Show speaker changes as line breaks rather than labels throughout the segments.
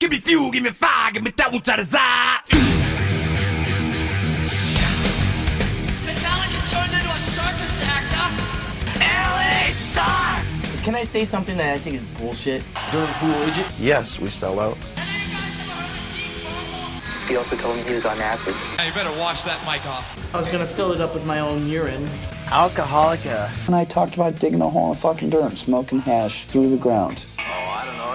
Give me fuel, give me fire, give me that which I desire.
Metallica turned into a circus actor.
Can I say something that I think is bullshit?
Yes, we sell out.
And then you guys ever heard of Deep Purple?
He also told me he was on acid.
Hey, you better wash that mic off.
I was gonna fill it up with my own urine.
Alcoholica.
And I talked about digging a hole in fucking dirt, smoking hash through the ground.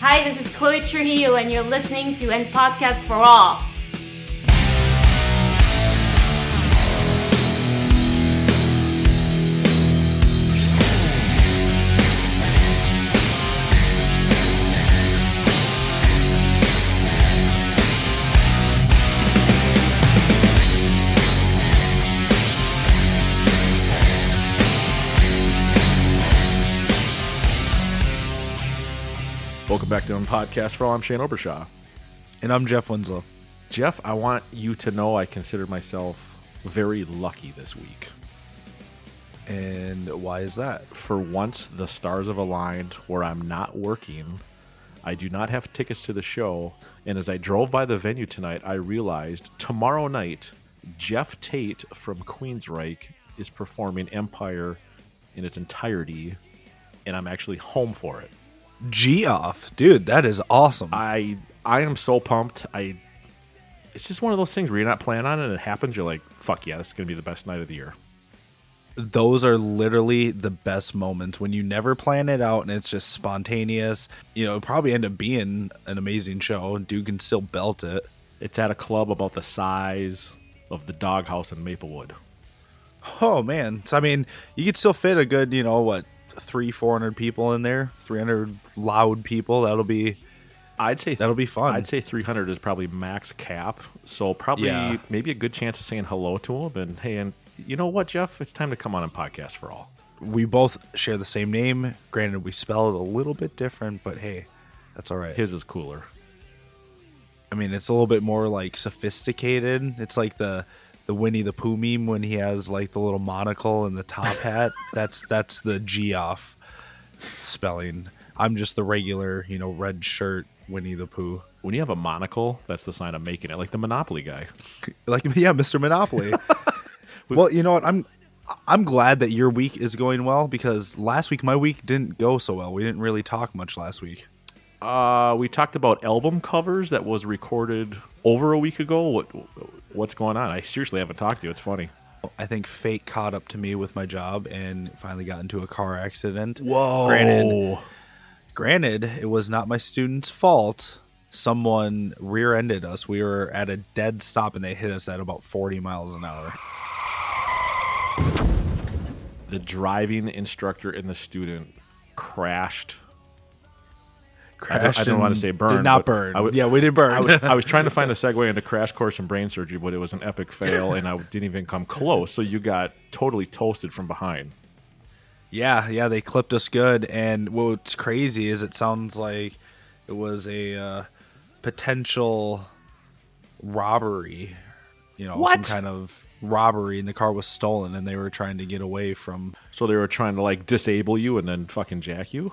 Hi, this is Chloe Trujillo, and you're listening to End Podcast for All.
Welcome back to the podcast for all. I'm Shane Obershaw.
And I'm Jeff Winslow.
Jeff, I want you to know I consider myself very lucky this week.
And why is that?
For once, the stars have aligned where I'm not working. I do not have tickets to the show. And as I drove by the venue tonight, I realized tomorrow night, Jeff Tate from Queensryche is performing Empire in its entirety. And I'm actually home for it.
G off. Dude, that is awesome.
I I am so pumped. I it's just one of those things where you're not planning on it and it happens, you're like, fuck yeah, this is gonna be the best night of the year.
Those are literally the best moments when you never plan it out and it's just spontaneous. You know, it'll probably end up being an amazing show. Dude can still belt it.
It's at a club about the size of the doghouse in Maplewood.
Oh man. So I mean, you could still fit a good, you know, what, three, four hundred people in there. Three hundred loud people. That'll be
I'd say
That'll be fun.
I'd say 300 is probably max cap, so probably
Yeah.
maybe a good chance of saying hello to him and hey, and you know what, Jeff, it's time to come on and podcast for all.
we both share the same name. Granted, we spell it a little bit different, but hey, that's all right.
His is cooler.
I mean, it's a little bit more like sophisticated. It's like the the Winnie the Pooh meme when he has like the little monocle and the top hat. that's that's the G off spelling. I'm just the regular, you know, red shirt Winnie the Pooh.
When you have a monocle, that's the sign of making it, like the Monopoly guy.
Like yeah, Mr. Monopoly. well, you know what? I'm I'm glad that your week is going well because last week my week didn't go so well. We didn't really talk much last week.
Uh, we talked about album covers that was recorded over a week ago. What what's going on? I seriously haven't talked to you. It's funny.
I think fate caught up to me with my job and finally got into a car accident.
Whoa!
Granted, granted, it was not my student's fault. Someone rear-ended us. We were at a dead stop and they hit us at about 40 miles an hour.
the driving instructor and the student crashed. I don't,
Crashed
I don't want
and
to say burn.
Did
but
not burn.
I w-
yeah, we did burn.
I was, I was trying to find a segue into crash course in brain surgery, but it was an epic fail, and I didn't even come close. So you got totally toasted from behind.
yeah, yeah, they clipped us good. And what's crazy is it sounds like it was a uh, potential robbery. You know,
What?
some kind of robbery, and the car was stolen, and they were trying to get away from
So they were trying to like disable you and then fucking jack you.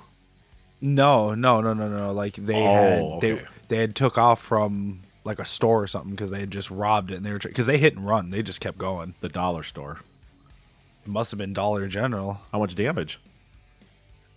No, no, no, no, no. Like they
Oh,
had
okay.
they they had took off from like a store or something because they had just robbed it and they were because they hit and run. They just kept going.
The dollar store.
Must have been Dollar General
How much damage?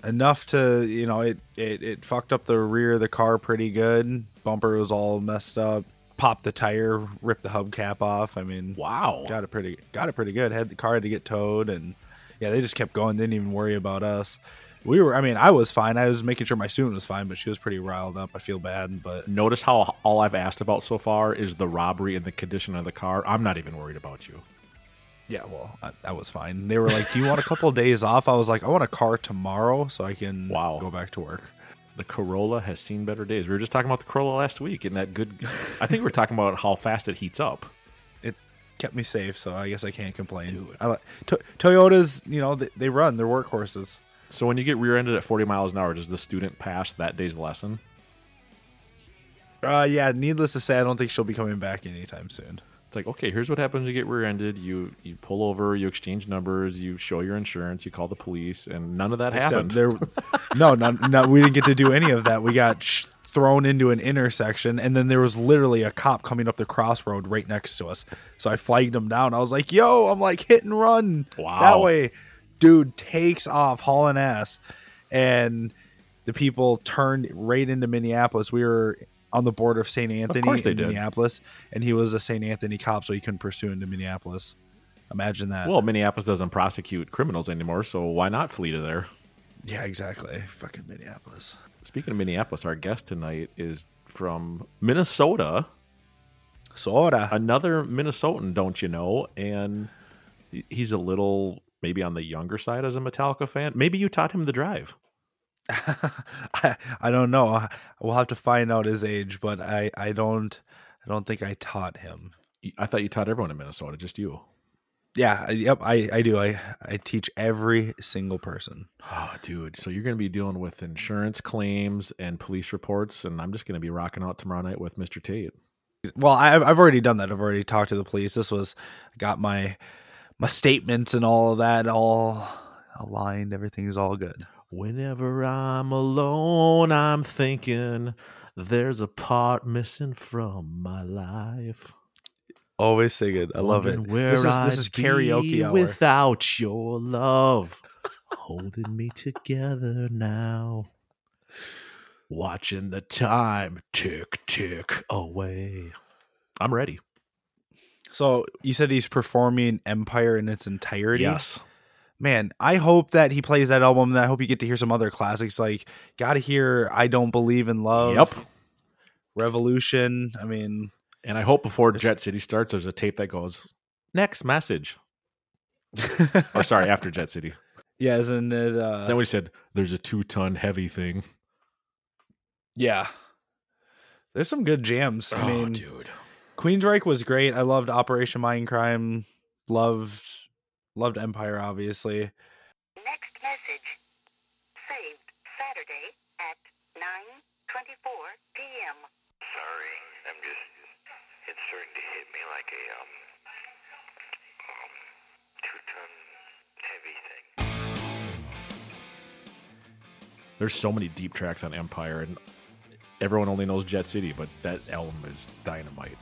enough to you know it it it fucked up the rear of the car pretty good. Bumper was all messed up. Popped the tire, ripped the hubcap off. I mean,
Wow.
got it pretty got it pretty good. Had the car had to get towed and yeah, they just kept going. Didn't even worry about us. We were, I mean, I was fine. I was making sure my student was fine, but she was pretty riled up. I feel bad, but
Notice how all I've asked about so far is the robbery and the condition of the car. I'm not even worried about you.
Yeah, well, I, I was fine. They were like, "Do you want a couple of days off?" I was like, "I want a car tomorrow so I can wow. go back to work."
The Corolla has seen better days. We were just talking about the Corolla last week, and that good. I think we are talking about how fast it heats up.
It kept me safe, so I guess I can't complain. I like to- Toyotas. You know, they, they run. They're workhorses.
So when you get rear-ended at 40 miles an hour, does the student pass that day's lesson?
Uh, yeah. Needless to say, I don't think she'll be coming back anytime soon.
It's like, okay, here's what happens when you get rear-ended. You you pull over, you exchange numbers, you show your insurance, you call the police, and none of that
Except
happened.
there, no, no, no, we didn't get to do any of that. We got sh- thrown into an intersection, and then there was literally a cop coming up the crossroad right next to us. So I flagged him down. I was like, "Yo, I'm like hit and run
Wow.
that way." Dude takes off hauling ass, and the people turned right into Minneapolis. We were on the border of St. Anthony
course they
in
did.
Minneapolis, and he was a St. Anthony cop, so he couldn't pursue into Minneapolis. Imagine that.
Well, Minneapolis doesn't prosecute criminals anymore, so why not flee to there?
yeah, exactly. Fucking Minneapolis.
Speaking of Minneapolis, our guest tonight is from Minnesota.
Soda.
Another Minnesotan, don't you know? And he- he's a little maybe on the younger side as a Metallica fan. Maybe you taught him the drive.
I, I don't know. We'll have to find out his age, but I, I don't I don't think I taught him.
I thought you taught everyone in Minnesota, just you.
Yeah, I- yep, I, I do. I, I teach every single person.
Oh, dude. So you're going to be dealing with insurance claims and police reports, and I'm just going to be rocking out tomorrow night with Mr. Tate.
Well, I, I've already done that. I've already talked to the police. This was I got my my statements and all of that all aligned. Everything's all good.
Whenever I'm alone, I'm thinking there's a part missing from my life.
Always sing it. I love it.
Wondering Where
This is
I'd
this is karaoke
be
hour.
without your love, holding me together now. Watching the time tick tick away. I'm ready.
so you said he's performing Empire in its entirety.
Yes.
man, I hope that he plays that album. And I hope you get to hear some other classics. Like, gotta hear "I Don't Believe in Love."
Yep.
Revolution. I mean,
And I hope before Jet City starts, there's a tape that goes next message. or sorry, after Jet City.
yeah, isn't it? Uh,
Is that what he said? There's a two ton heavy thing.
yeah. There's some good jams. I
Oh,
mean,
dude.
Queensryche was great. I loved Operation Mindcrime. Loved, loved Empire. Obviously,
Next message. Saved Saturday at 9:24 p.m.
Sorry, I'm just. It's starting to hit me like a um, um two-ton heavy thing.
There's so many deep tracks on Empire, and everyone only knows Jet City, but that album is dynamite.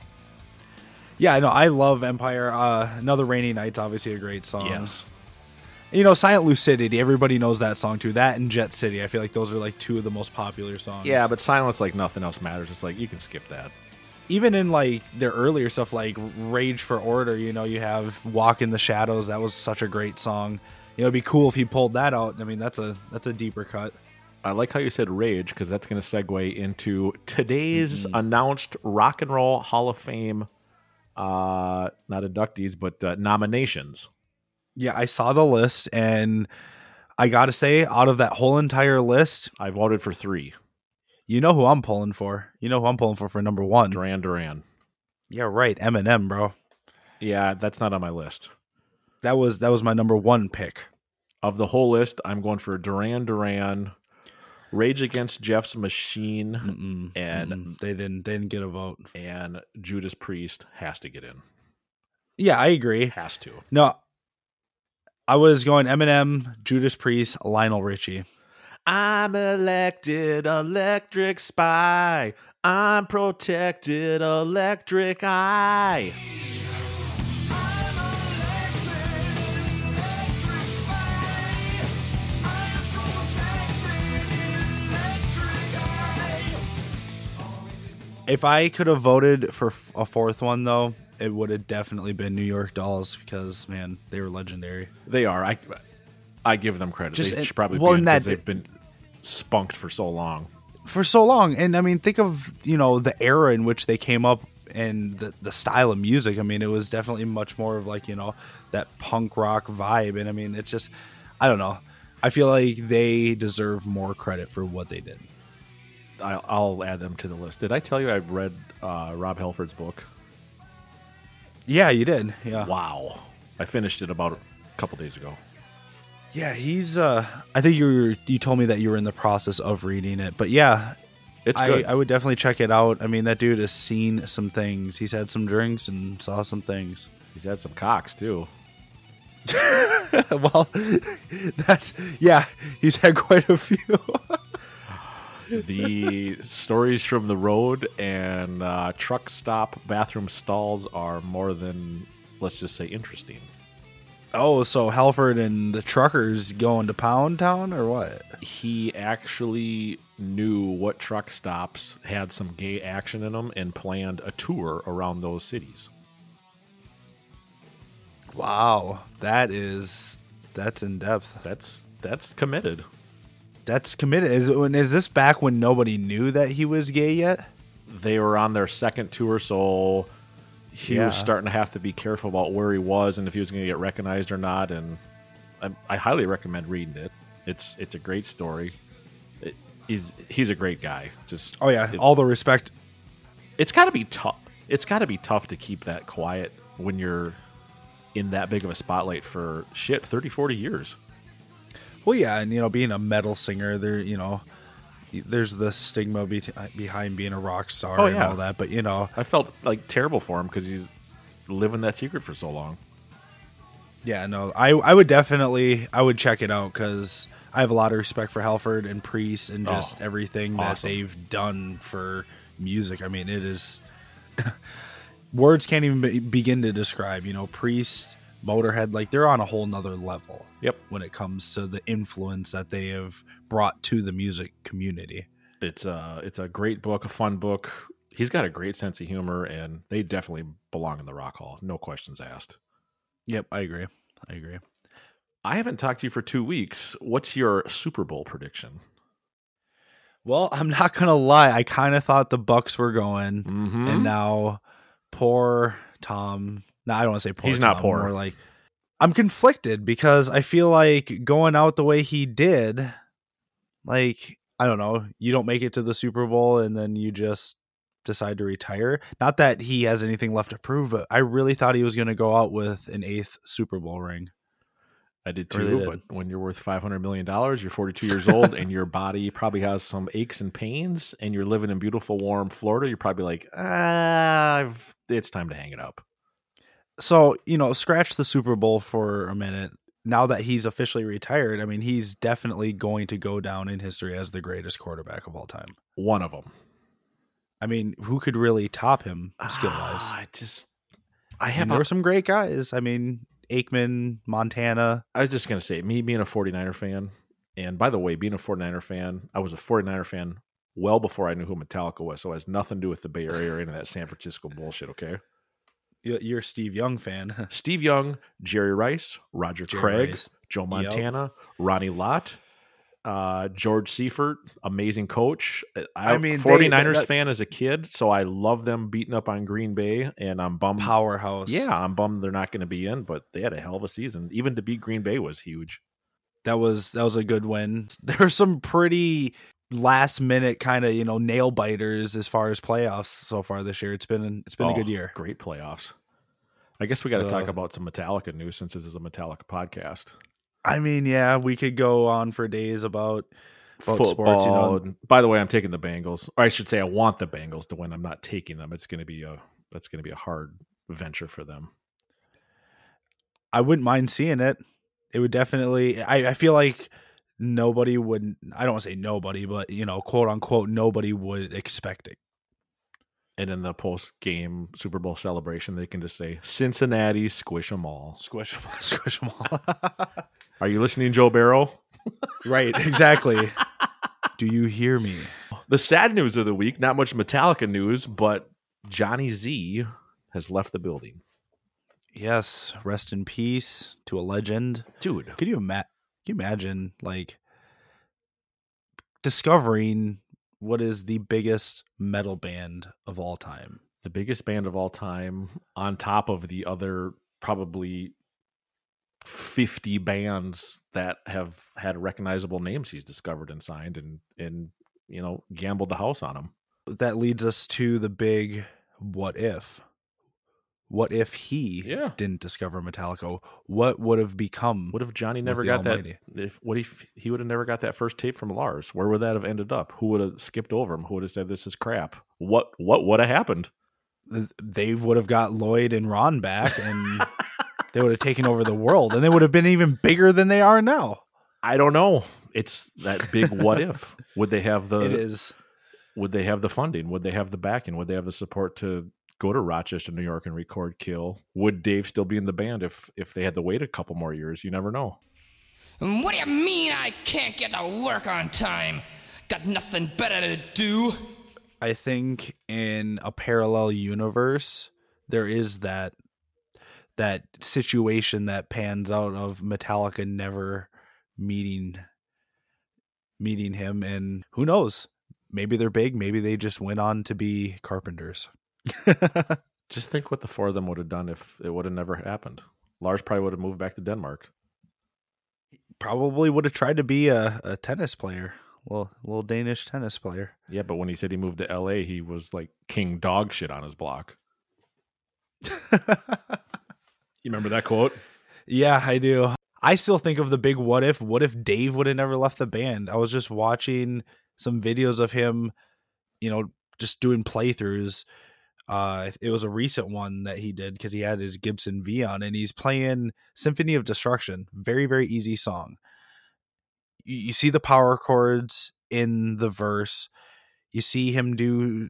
yeah, I know. I love Empire. Uh, Another Rainy Night's obviously a great song.
Yes.
You know, Silent Lucidity. Everybody knows that song too. That and Jet City. I feel like those are like two of the most popular songs.
Yeah, but silence like nothing else matters. It's like you can skip that.
even in like their earlier stuff like rage for order you know you have walk in the shadows that was such a great song you know it'd be cool if he pulled that out i mean that's a that's a deeper cut
I like how you said rage because that's going to segue into today's announced Rock and Roll Hall of Fame, uh, not inductees, but uh, nominations.
yeah i saw the list and i gotta say out of that whole entire list
i voted for three
you know who i'm pulling for you know who i'm pulling for for number one
duran duran
yeah right eminem bro
Yeah, that's not on my list.
that was that was my number one pick
Of the whole list, I'm going for Duran Duran, Rage Against Jeff's Machine, and
they didn't they didn't get a vote.
And Judas Priest has to get in.
yeah i agree
Has to.
no i was going eminem judas priest lionel richie
I'm elected electric spy. I'm protected electric eye.
If I could have voted for f- a fourth one, though, it would have definitely been New York Dolls because, man, they were legendary.
They are. I I give them credit.
Just-
they should probably
well,
be in
and that-
'cause they've been spunked for so long.
For so long. And I mean, think of, you know, the era in which they came up and the, the style of music. I mean, it was definitely much more of like, you know, that punk rock vibe. And I mean, it's just, I don't know. I feel like they deserve more credit for what they did.
I'll, I'll add them to the list. Did I tell you I read uh, Rob Halford's book?
Yeah, you did.
Uh-huh.
Yeah.
Wow. I finished it about a couple days ago.
Yeah, he's. uh I think you were, you told me that you were in the process of reading it, but yeah,
It's
I,
good.
I would definitely check it out. I mean, that dude has seen some things. He's had some drinks and saw some things.
He's had some cocks too.
well, that's yeah. He's had quite a few.
the stories from the road and uh, truck stop bathroom stalls are more than let's just say interesting.
oh, so Halford and the truckers going to Pound Town or what?
He actually knew what truck stops had some gay action in them and planned a tour around those cities.
Wow, that is that's in depth.
That's that's committed.
That's committed. Is it when is this back when nobody knew that he was gay yet?
They were on their second tour, so he was
Yeah.
starting to have to be careful about where he was and if he was going to get recognized or not. And I, I highly recommend reading it. It's it's a great story. It, he's he's a great guy. Just
Oh yeah,
it-
all the respect.
it's got to be tough. It's got to be tough to keep that quiet when you're in that big of a spotlight for shit 30 40 years.
Well, yeah, and you know, being a metal singer, there, you know, there's the stigma be- behind being a rock star
Oh,
and
yeah.
all that. But you know,
I felt like terrible for him cuz he's living that secret for so long.
yeah, no, I, I would definitely, I would check it out because I have a lot of respect for Halford and Priest and just
Oh,
everything
awesome.
that they've done for music. I mean, it is words can't even be- begin to describe. You know, Priest, Motorhead, like they're on a whole nother level.
Yep.
when it comes to the influence that they have brought to the music community.
It's a it's a great book, a fun book. He's got a great sense of humor and they definitely belong in the Rock Hall, no questions asked.
Yep, I agree. I agree.
I haven't talked to you for 2 weeks. What's your Super Bowl prediction?
Well, I'm not gonna lie. I kind of thought the Bucks were going,
Mhm.
and now poor Tom. No, I don't want to say poor.
He's not
Tom,
poor.
more like I'm conflicted because I feel like going out the way he did, like I don't know. You don't make it to the Super Bowl, and then you just decide to retire. Not that he has anything left to prove, but I really thought he was gonna go out with an eighth Super Bowl ring.
I did
Or they
too,
did.
but when you're worth five hundred million dollars, you're forty two years old, and your body probably has some aches and pains, and you're living in beautiful, warm Florida, you're probably like, ah, I've, it's time to hang it up.
so you know scratch the super bowl for a minute now that he's officially retired i mean he's definitely going to go down in history as the greatest quarterback of all time
One of them.
i mean who could really top him skill wise
Ah, I just, I
and
have.
there
A,
were some great guys i mean aikman montana
I was just gonna say, me being a 49er fan, and by the way, being a 49er fan, I was a 49er fan well before I knew who Metallica was, so it has nothing to do with the Bay Area or any of that San Francisco bullshit. Okay,
You- you're a steve young fan
Steve Young, Jerry Rice, Roger
Jerry
Craig,
Rice.
Joe
Yep.
Montana, Ronnie Lott, uh, George Seifert, amazing coach. Uh, I,
I mean,
mean,
they-
49ers
that-
fan as a kid, so I love them beating up on Green Bay, and I'm bummed.
powerhouse
Yeah, I'm bummed they're not going to be in, but they had a hell of a season. Even to beat Green Bay was huge.
that was that was a good win there were some pretty last minute kind of you know nail biters as far as playoffs so far this year it's been it's been a
Oh,
good year
Great playoffs. I guess we got to talk
Uh,
about some Metallica news since this is a Metallica podcast.
I mean, yeah, we could go on for days about about
football.
sports. You know,
By the way, I'm taking the Bengals, or I should say, I want the Bengals to win. I'm not taking them. It's going to be a that's going to be a hard venture for them.
I wouldn't mind seeing it. It would definitely. I, I feel like nobody would. I don't want to say nobody, but you know, quote unquote, nobody would expect it.
And in the post game Super Bowl celebration, they can just say Cincinnati squish them all.
Squish them, squish them all.
Are you listening, Joe Barrow?
right, exactly. Do you hear me?
The sad news of the week, not much Metallica news, but Johnny Z has left the building.
Yes. Rest in peace to a legend.
Dude,
Could you, ima- can you imagine like discovering what is the biggest metal band of all time?
the biggest band of all time, on top of the other probably 50 bands that have had recognizable names he's discovered and signed and, and you know, gambled the house on them.
That leads us to the big what if. What if he
Yeah.
didn't discover Metallica? What would have become?
What if Johnny
with
never
the
got
Almighty?
that? If what if he would have never got that first tape from Lars? Where would that have ended up? Who would have skipped over him? Who would have said this is crap? What what would have happened?
They would have got Lloyd and Ron back, and they would have taken over the world, and they would have been even bigger than they are now.
I don't know. It's that big what if. Would they have the?
It is.
Would they have the funding? Would they have the backing? Would they have the support to go to Rochester, New York, and record Kill? Would Dave still be in the band if if they had to wait a couple more years? You never know.
And what do you mean I can't get to work on time? Got nothing better to do.
I think in a parallel universe there is that that situation that pans out of Metallica never meeting meeting him and who knows maybe they're big maybe they just went on to be carpenters
Just think what the four of them would have done if it would have never happened. Lars probably would have moved back to Denmark.
probably would have tried to be a, a tennis player well little Danish tennis player
Yeah, but when he said he moved to LA, he was like king dog shit on his block. you remember that quote?
Yeah, I do. I still think of the big what if. What if Dave would have never left the band? I was just watching some videos of him, you know, just doing playthroughs. Uh, it was a recent one that he did because he had his Gibson V on and he's playing Symphony of Destruction. Very, very easy song. You, you see the power chords in the verse, you see him do,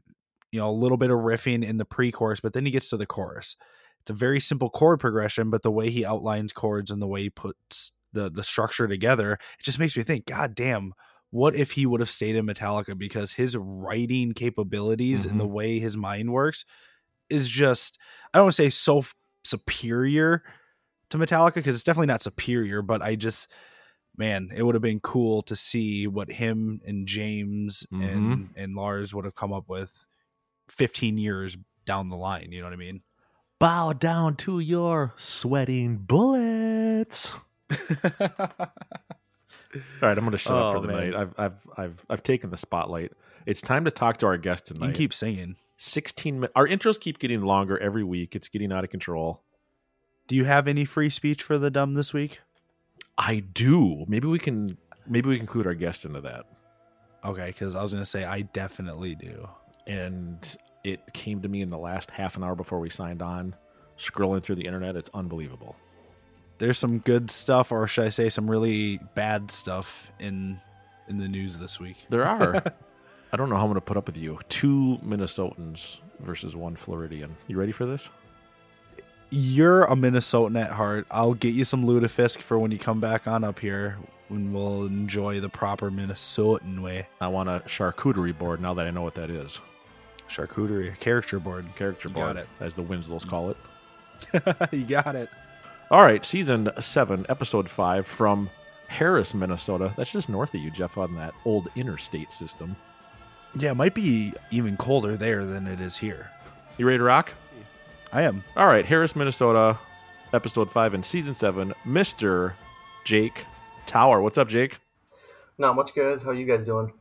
you know, a little bit of riffing in the pre chorus, but then he gets to the chorus it's a very simple chord progression, but the way he outlines chords and the way he puts the the structure together, it just makes me think, God damn, what if he would have stayed in Metallica? Because his writing capabilities and the way his mind works is just I don't want to say so f- superior to Metallica, because it's definitely not superior, but I just man, it would have been cool to see what him and James and and Lars would have come up with fifteen years down the line, you know what I mean?
Bow down to your sweating bullets. All right, I'm going to shut up
Oh,
for the
man.
night. I've I've I've I've taken the spotlight. It's time to talk to our guest
You
tonight.
can keep singing.
16 minutes. Our intros keep getting longer every week. It's getting out of control.
Do you have any free speech for the dumb this week?
I do. Maybe we can maybe we can include our guest into that.
Okay, because I was gonna say I definitely do.
and it came to me in the last half an hour before we signed on. Scrolling through the internet, it's unbelievable.
There's some good stuff, or should I say, some really bad stuff in in the news this week.
There are. I don't know how I'm going to put up with you. Two Minnesotans versus one Floridian. You ready for this?
You're a Minnesotan at heart. I'll get you some lutefisk for when you come back on up here, when we'll enjoy the proper Minnesotan way.
I want a charcuterie board now that I know what that is.
Charcuterie, character board,
Character
You
board,
Got it.
as the Winslows call it.
you got it.
All right, season seven, episode five from Harris, Minnesota. That's just north of you, Jeff, on that old interstate system.
Yeah, it might be even colder there than it is here.
You ready to rock?
I am.
All right, Harris, Minnesota, episode five and season seven, Mr. Jake Tower. What's up, Jake?
Not much, guys. How you guys doing?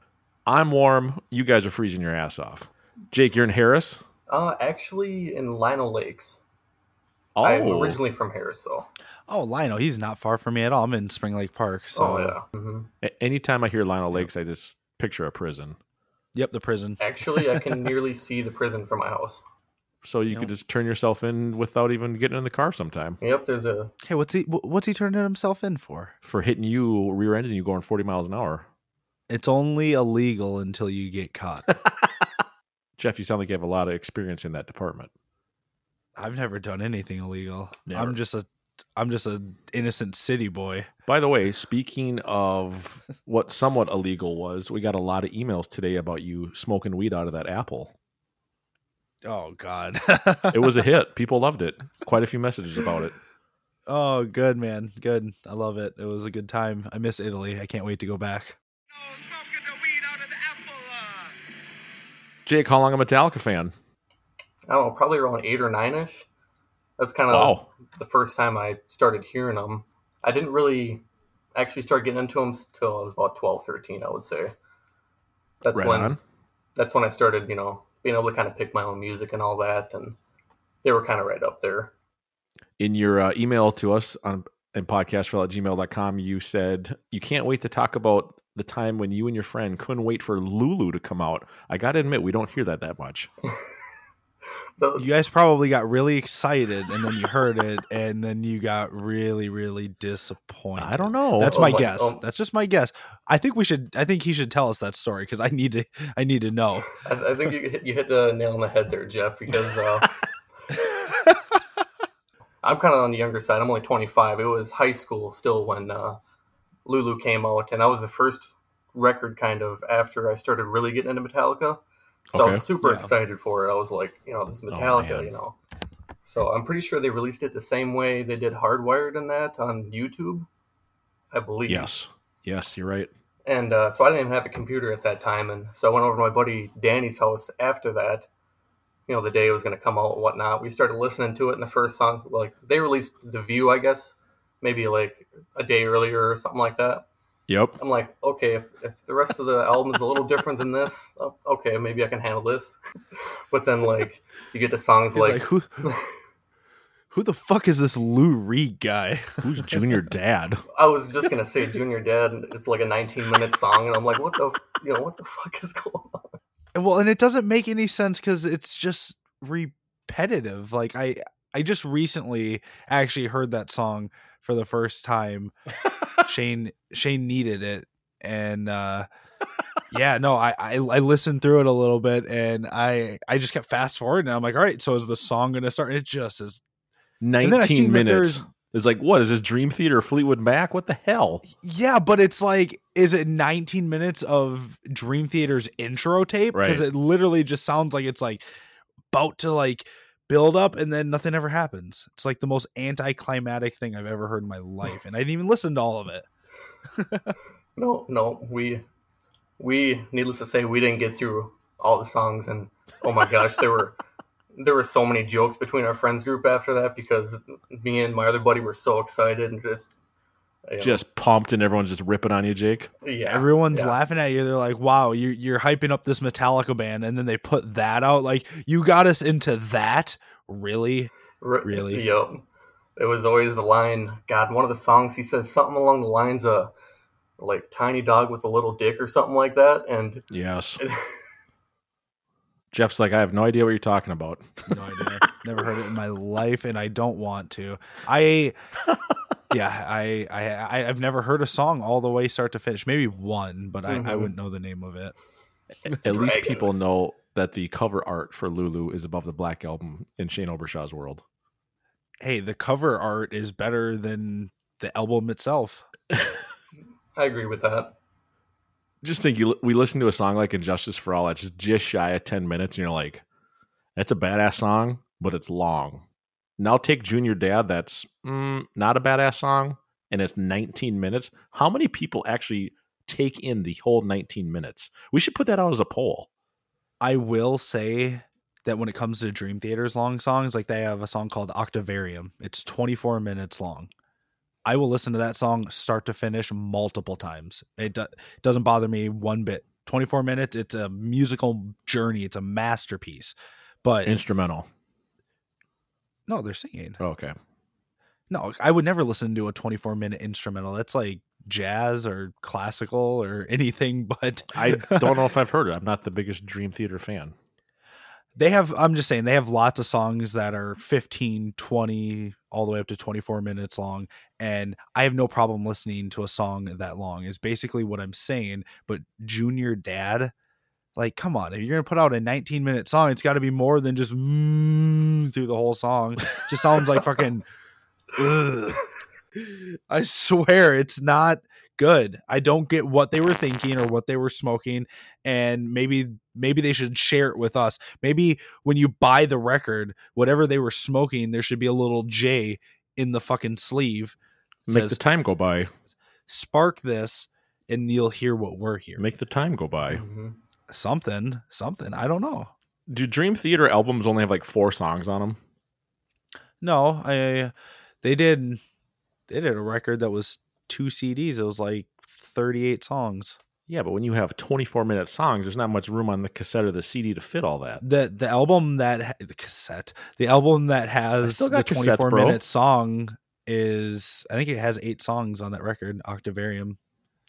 I'm warm. You guys are freezing your ass off. Jake, you're in Harris?
Uh, actually, in Lionel Lakes.
Oh,
I'm originally from Harris, though.
Oh, Lionel, he's not far from me at all. I'm in Spring Lake Park. So
oh yeah. hmm
A- anytime I hear Lionel Lakes, I just picture a prison.
Yep, the prison.
Actually, I can nearly see the prison from my house.
So you could just turn yourself in without even getting in the car sometime
Yep, there's a
Hey, what's he? wh- What's he turning himself in for?
for hitting you, rear ending you going 40 miles an hour.
It's only illegal until you get caught.
Jeff, you sound like you have a lot of experience in that department.
I've never done anything illegal.
Never.
I'm just a, I'm just an innocent city boy.
By the way, speaking of what somewhat illegal was, we got a lot of emails today about you smoking weed out of that apple.
Oh God.
It was a hit. People loved it. Quite a few messages about it.
oh, good man, good. I love it. It was a good time. I miss Italy. I can't wait to go back.
Jake, how long a Metallica fan?
I don't know, probably around eight or nine ish. That's
Uh,
kind of
Wow.
the first time I started hearing them. I didn't really actually start getting into them till I was about 12, 13, I would say. That's
Right
when
on.
that's when I started, you know, being able to kind of pick my own music and all that, and they were kind of right up there.
in your uh, email to us on and podcastfell at gmail.com, you said you can't wait to talk about the time when you and your friend couldn't wait for Lulu to come out. I got to admit, we don't hear that that much.
You guys probably got really excited, and then you heard it, and then you got really, really disappointed. I don't
know.
That's
Oh
my
my-
guess.
oh.
That's just my guess. I think we should. I think he should tell us that story because I need to. I need to know.
I, I think you hit, you hit the nail on the head there, Jeff, because uh, I'm kind of on the younger side. I'm only 25. It was high school still when uh, Lulu came out, and that was the first record kind of after I started really getting into Metallica. So I
Okay.
was super
Yeah.
excited for it. I was like, you know, this is
Oh,
Metallica, you know. So I'm pretty sure they released it the same way they did Hardwired and that on YouTube, I believe.
Yes. Yes, you're right.
And uh, so I didn't even have a computer at that time. And so I went over to my buddy Danny's house after that, you know, the day it was going to come out and whatnot. We started listening to it, and the first song, like, they released The View, I guess, maybe like a day earlier or something like that.
Yep.
I'm like, okay, if, if the rest of the album is a little different than this, uh, okay, maybe I can handle this. but then, like, you get to songs
He's like,
like,
who? Who the fuck is this Lou Reed guy?
Who's Junior Dad?
I was just gonna say Junior Dad. and It's like a 19 minute song, and I'm like, what the, you know, what the fuck is going on?
Well, and it doesn't make any sense because it's just repetitive. Like I, I just recently actually heard that song for the first time. Shane Shane needed it, and uh, yeah, no, I, I I listened through it a little bit, and I I just kept fast forwarding. and I'm like, all right, so is the song gonna start? And it just is. then I
19
seen that
minutes.
there's-
It's like, what is this Dream Theater Fleetwood Mac? What the hell?
Yeah, but it's like, is it 19 minutes of Dream Theater's intro tape? Because
Right.
it literally just sounds like it's like about to like build up and then nothing ever happens. It's like the most anticlimactic thing I've ever heard in my life. And I didn't even listen to all of it.
No, no, we we needless to say we didn't get through all the songs and oh my gosh, there were there were so many jokes between our friends group after that because me and my other buddy were so excited and just you know,
Just pumped and everyone's just ripping on you, Jake.
yeah.
Everyone's laughing at you. They're like, wow, you're, you're hyping up this Metallica band. And then they put that out. Like, you got us into that? Really?
Really? Yep. It was always the line. God, one of the songs he says something along the lines of like tiny dog with a little dick or something like that, and
Yes. Jeff's like, I have no idea what you're talking about.
No idea. Never heard it in my life, and I don't want to. I, yeah, I, I, I I've never heard a song all the way start to finish. Maybe one, but I, I
Mhm.
wouldn't know the name of it.
At least people know that the cover art for Lulu is above the Black Album in Shane Obershaw's world.
Hey, the cover art is better than the album itself.
I agree with that.
Just think, you we listen to a song like "Injustice for All" that's just shy of ten minutes, and you're like, "That's a badass song, but it's long." Now take "Junior Dad," that's mm, not a badass song, and it's 19 minutes. How many people actually take in the whole 19 minutes? We should put that out as a poll.
I will say that when it comes to Dream Theater's long songs, like they have a song called Octavarium. It's 24 minutes long. I will listen to that song start to finish multiple times. It do- doesn't bother me one bit. 24 minutes, it's a musical journey, it's a masterpiece. But
instrumental.
No, they're singing.
Okay.
No, I would never listen to a 24 minute instrumental. That's like jazz or classical or anything but
I don't know if I've heard it. I'm not the biggest Dream Theater fan.
they have i'm just saying they have lots of songs that are 15 20 all the way up to 24 minutes long and i have no problem listening to a song that long is basically what i'm saying but junior dad like come on if you're gonna put out a 19 minute song it's got to be more than just mm, through the whole song just sounds like fucking ugh. i swear it's not good i don't get what they were thinking or what they were smoking and maybe maybe they should share it with us maybe when you buy the record whatever they were smoking there should be a little j in the fucking sleeve that
Make
says,
the time go by.
spark this and you'll hear what we're here
Make the time go by.
something something i don't know
do Dream Theater albums only have like four songs on them?
No, I they did they did a record that was two CDs. It was like 38 songs.
Yeah, but when you have 24 minute songs, there's not much room on the cassette or the CD to fit all that.
The the album that ha- the cassette, the album that has
still
the
got cassettes,
24
bro.
minute song is I think it has 8 songs on that record, Octavarium.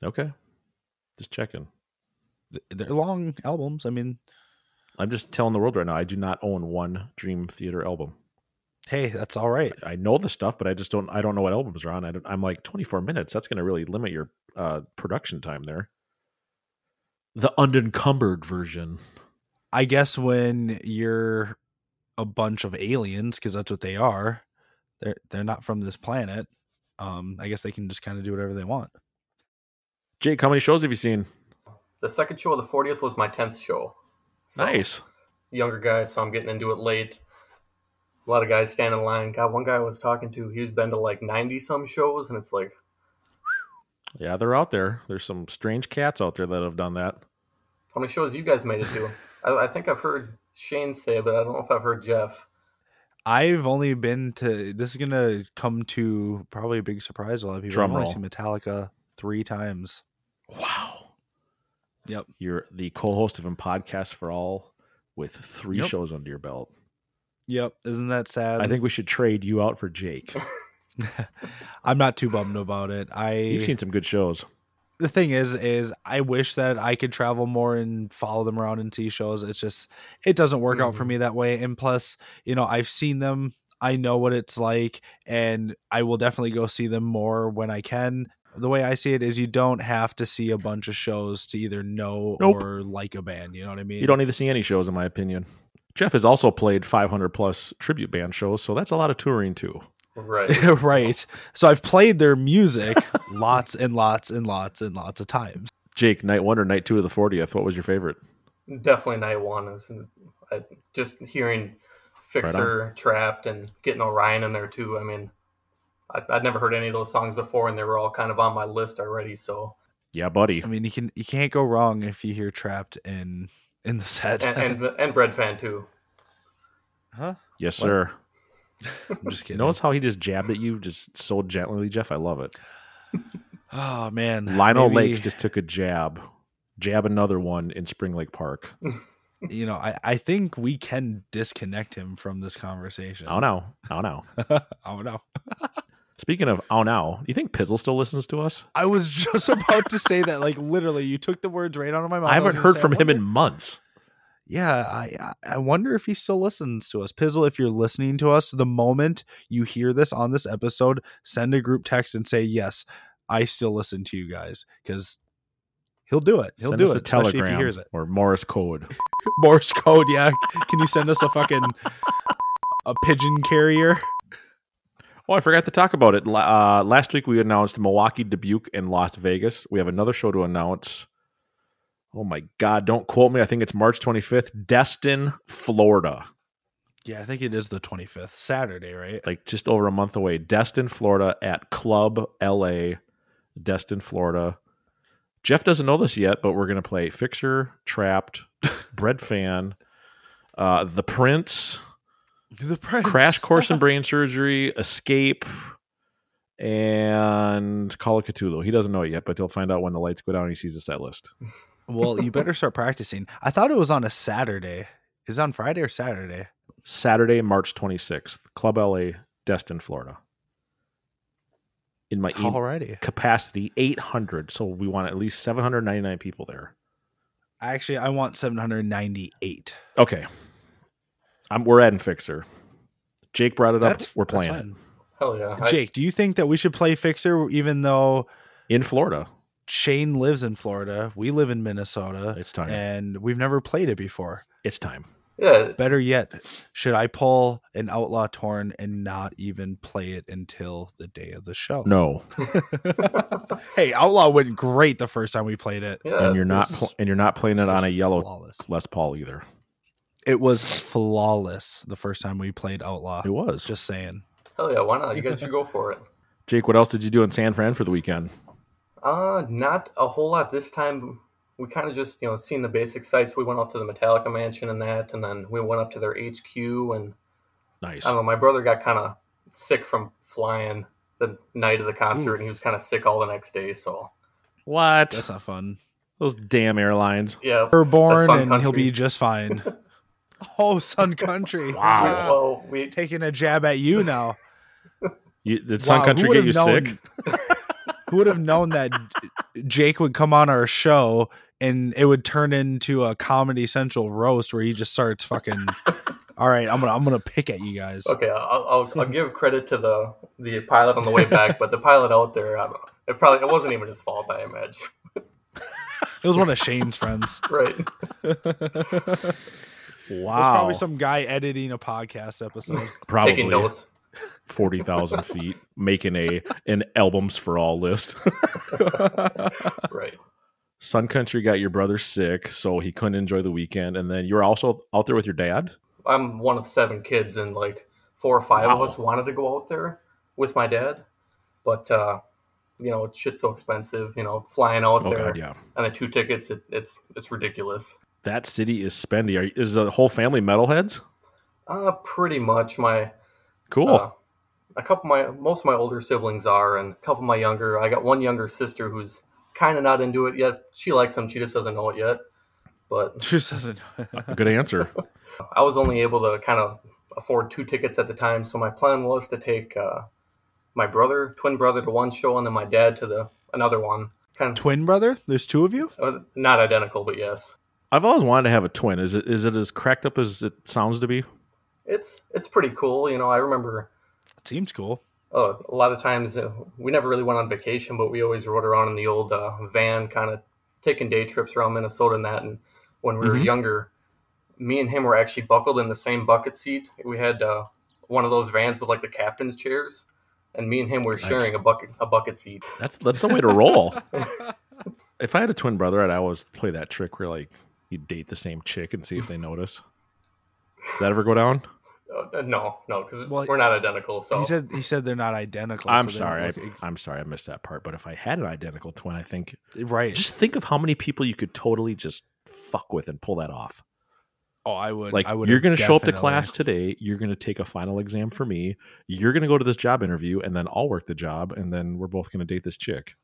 Okay. Just checking.
Th- They're long albums. I mean,
I'm just telling the world right now, I do not own one Dream Theater album.
hey, that's all right.
I know the stuff, but I just don't. I don't know what albums are on. I don't, I'm like 24 minutes. That's going to really limit your uh, production time there. The unencumbered version.
I guess when you're a bunch of aliens, because that's what they are, they're they're not from this planet. Um, I guess they can just kind of do whatever they want.
Jake, how many shows have you seen?
The second show of the 40th was my 10th show. So,
Nice.
Younger guy, so I'm getting into it late. A lot of guys stand in line. God, one guy I was talking to, he's been to like 90 some shows, and it's like,
Yeah, they're out there. There's some strange cats out there that have done that.
how many shows you guys made it to? I, I think I've heard Shane say, but I don't know if I've heard Jeff.
I've only been to. This is gonna come to probably a big surprise to a lot of people.
Drum
I've only
roll.
seen Metallica three times. Wow. Yep.
You're the co-host of a podcast for all with three
Yep.
shows under your belt.
Yep. Isn't that sad?
I think we should trade you out for Jake.
I'm not too bummed about it. I
You've seen some good shows.
the thing is is i wish that i could travel more and follow them around and see shows it's just it doesn't work out
Mm-hmm.
for me that way and plus you know i've seen them i know what it's like and i will definitely go see them more when i can the way i see it is you don't have to see a bunch of shows to either know
Nope.
or like a band you know what i mean
You don't need to see any shows, in my opinion. Jeff has also played 500 plus tribute band shows, so that's a lot of touring too.
Right.
right so i've played their music lots and lots and lots and lots of times
Jake, night one or night two of the 40th, what was your favorite?
Definitely night one. Is, I, just hearing Fixer, Trapped, and getting Orion in there too. I mean, I, I'd never heard any of those songs before, and they were all kind of on my list already. So,
Yeah, buddy.
i mean you can you can't go wrong if you hear trapped in in the set
and and, and Bread Fan too.
huh
Yes,
What?
sir.
i'm just kidding
Notice how he just jabbed at you just so gently, Jeff? I love it.
Oh man,
Lionel
Maybe,
Lakes just took a jab. Jab another one in Spring Lake Park.
you know, I I think we can disconnect him from this conversation.
Oh, no. Oh, no.
oh no!
Speaking of oh, no, you think Pizzle still listens to us?
I was just about to say that. Like literally, you took the words right out of my mouth.
I
was
haven't
gonna
heard
say,
from
Oh, I
him in
wonder-
months.
Yeah, I I I wonder if he still listens to us, Pizzle. If you're listening to us, the moment you hear this on this episode, send a group text and say yes, I still listen to you guys because he'll do it. He'll
Send
do
us
it.
a
especially
telegram
if he hears it.
or Morris code.
Morse code. Yeah, can you send us a fucking a pigeon carrier?
Oh, I forgot to talk about it. La- Uh, last week we announced Milwaukee, Dubuque, and Las Vegas. We have another show to announce. Oh my God! Don't quote me. I think it's March 25th, Destin, Florida.
Yeah, I think it is the 25th, Saturday, right?
Like just over a month away. Destin, Florida, at Club LA, Destin, Florida. Jeff doesn't know this yet, but we're gonna play Fixer, Trapped, Bread Fan, uh, The Prince,
The price.
Crash Course in Brain Surgery, Escape, and Call of Cthulhu. He doesn't know it yet, but he'll find out when the lights go down and he sees the set list.
well, you better start practicing. I thought it was on a Saturday. Is it on Friday or Saturday?
Saturday, March 26th, Club LA, Destin, Florida. In my e-
Alrighty.
capacity, 800. So we want at least 799 people there.
Actually, I want 798.
Okay. I'm, we're adding Fixer. Jake brought it up.
That's-
We're
that's
playing it
fine.
Hell yeah, I-
Jake, do you think that we should play Fixer even though
in Florida.
Shane lives in Florida? We live in Minnesota.
It's time.
And we've never played it before.
It's time.
yeah,
Better yet, should I pull an Outlaw Torn and not even play it until the day of the show?
No.
Hey, Outlaw went great the first time we played it.
yeah.
And you're not pl- and you're not playing it on a yellow
flawless.
Les Paul either.
It was flawless the first time we played Outlaw.
It was.
Just saying.
Hell yeah, why not? You guys should go for it.
Jake, what else did you do in San Fran for the weekend?
Uh, not a whole lot this time. we kind of just you know seen the basic sites. We went up to the Metallica mansion and that, and then we went up to their HQ and
nice.
I
Oh.
don't know. My brother got kind of sick from flying the night of the concert, and he was kind of sick all the next day. So
What?
That's
not fun. Those damn airlines.
Yeah,
We're born
that's Sun
and he'll
Country.
be just fine. oh, Sun Country.
Wow.
Well, we
taking a jab at you now.
You, did Sun
Wow,
Country
who
get you
would've known-
sick?
who would have known that J- Jake would come on our show and it would turn into a Comedy Central roast where he just starts fucking. All right, I'm gonna I'm gonna pick at you guys.
okay, I'll, I'll, I'll give credit to the the pilot on the way back, but the pilot out there, I don't know. It probably it wasn't even his fault, I imagine.
It was one of Shane's friends.
Right.
There's
Wow.
probably some guy editing a podcast episode.
Probably
notes.
forty thousand feet, making a an albums for all list.
right.
Sun Country got your brother sick, so he couldn't enjoy the weekend, and then you were also out there with your dad.
I'm one of seven kids, and like four or five of us wanted to go out there with my dad, but uh, you know, shit's so expensive. You know, flying out
Oh,
there
God, yeah.
and the two tickets, it, it's it's ridiculous.
That city is spendy. Are, is the whole family metalheads?
Uh, pretty much my
Cool.
Uh, a couple of my most of my older siblings are, and a couple of my younger. I got one younger sister who's kind of not into it yet. She likes them, she just doesn't know it yet. But
she doesn't.
Good answer.
I was only able to kind of afford two tickets at the time, so my plan was to take uh, my brother, twin brother, to one show, and then my dad to the another one. Kind
Twin brother? There's two of you?
of uh, not identical, but yes,
I've always wanted to have a twin. Is it is it as cracked up as it sounds to be?
it's it's pretty cool. You know, I remember
Seems cool.
Oh, a lot of times uh, we never really went on vacation, but we always rode around in the old uh, van, kind of taking day trips around Minnesota and that. And when we were
Mhm.
younger, me and him were actually buckled in the same bucket seat. We had uh, one of those vans with like the captain's chairs, and me and him were
Nice.
sharing a bucket a bucket seat.
That's that's the way to roll. if I had a twin brother, I'd always play that trick where like you date the same chick and see if they notice. Does that ever go down?
Uh, no, no, because we're not identical. So
He said he said they're not identical.
I'm
so they don't
sorry.
look-
I, I'm sorry. I missed that part. But if I had an identical twin, I think
right.
Just think of how many people you could totally just fuck with and pull that off.
oh, I would.
Like
I would.
you're
have
going to show up to
definitely-
class today. You're going to take a final exam for me. You're going to go to this job interview, and then I'll work the job, and then we're both going to date this chick.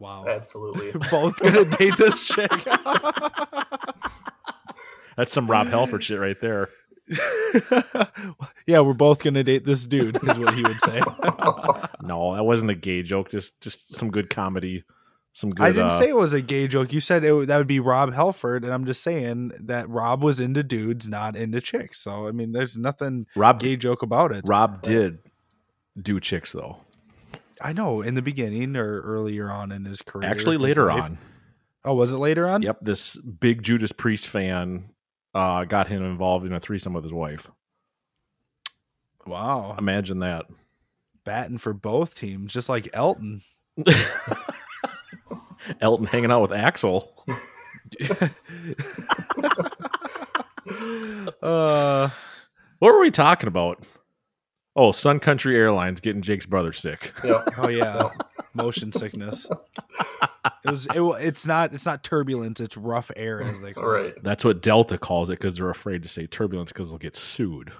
Wow.
Absolutely.
Both gonna date this chick.
That's some Rob Halford shit right there.
yeah, we're both gonna date this dude. Is what he would say.
No, that wasn't a gay joke. Just just some good comedy. Some good.
I didn't
uh,
say it was a gay joke. You said it, w- that would be Rob Helford, and I'm just saying that Rob was into dudes, not into chicks. So I mean, there's nothing
Rob
gay joke about it.
Rob did do chicks though.
I know in the beginning or earlier on in his career.
Actually,
his
later
life.
on.
Oh, was it later on?
Yep, this big Judas Priest fan uh, got him involved in a threesome with his wife.
Wow.
Imagine that.
Batting for both teams, just like Elton.
Elton hanging out with Axel.
uh,
what were we talking about? Oh, Sun Country Airlines getting Jake's brother sick.
Yeah.
Oh yeah, motion sickness. It was. It, wa- it's not. It's not turbulence. It's rough air, as they call it.
right.
That's what Delta calls it because they're afraid to say turbulence because they'll get sued.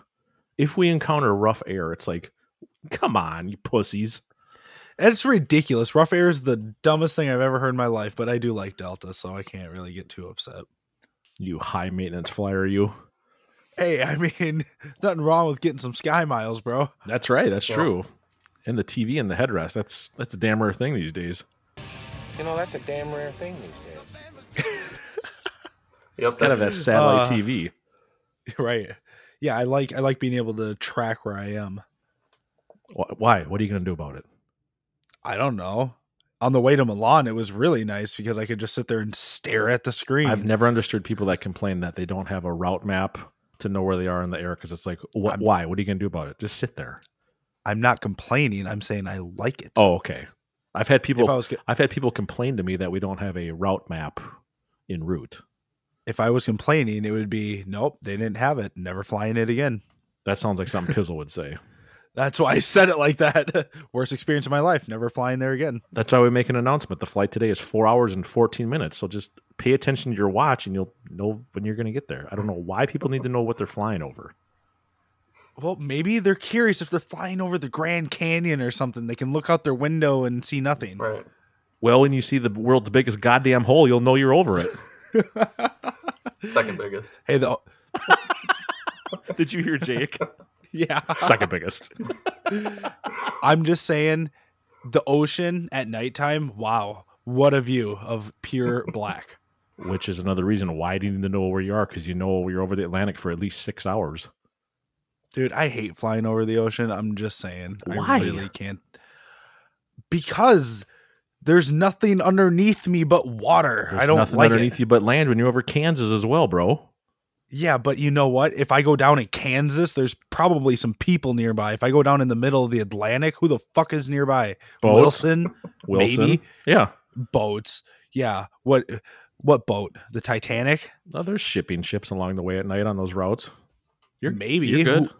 If we encounter rough air, it's like, come on, you pussies.
It's ridiculous. Rough air is the dumbest thing I've ever heard in my life, but I do like Delta, so I can't really get too upset.
You high maintenance flyer, you.
Hey, I mean, nothing wrong with getting some sky miles, bro.
That's right. That's
Yeah.
true. And the TV and the headrest. That's that's a damn rare thing these days.
You know, that's a damn rare thing these days.
Yep.
Kind of that
that's-
satellite
Uh,
TV.
Right. Yeah, I like I like being able to track where I am.
Wh- Why? What are you going to do about it?
I don't know. On the way to Milan, it was really nice because I could just sit there and stare at the screen.
I've never understood people that complain that they don't have a route map to know where they are in the air because it's like, wh- why? What are you going to do about it? Just sit there.
I'm not complaining. I'm saying I like it.
Oh, okay. I've had people.
If I was ge-
I've had people complain to me that we don't have a route map in route.
If I was complaining, it would be nope, they didn't have it. Never flying it again.
That sounds like something Pizzle would say.
That's why I said it like that. Worst experience of my life. Never flying there again.
That's why we make an announcement. The flight today is four hours and fourteen minutes. So just pay attention to your watch, and you'll know when you're going to get there. I don't know why people need to know what they're flying over.
Well, maybe they're curious if they're flying over the Grand Canyon or something. They can look out their window and see nothing.
Right.
Well, when you see the world's biggest goddamn hole, you'll know you're over it.
Second biggest.
Hey, the
Did you hear Jake?
yeah.
Second biggest.
I'm just saying, the ocean at nighttime. Wow, what a view of pure black.
Which is another reason why you need to know where you are because you know you're over the Atlantic for at least six hours.
Dude, I hate flying over the ocean. I'm just saying.
Why?
I really can't. Because there's nothing underneath me but water.
There's
I don't
nothing
like
underneath
it.
you but land when you're over Kansas as well, bro.
Yeah, but you know what? If I go down in Kansas, there's probably some people nearby. If I go down in the middle of the Atlantic, who the fuck is nearby?
Boats.
Wilson,
Wilson.
maybe
Yeah.
boats. Yeah, what what boat? The Titanic?
No, there's shipping ships along the way at night on those routes.
maybe.
you're good.
Who-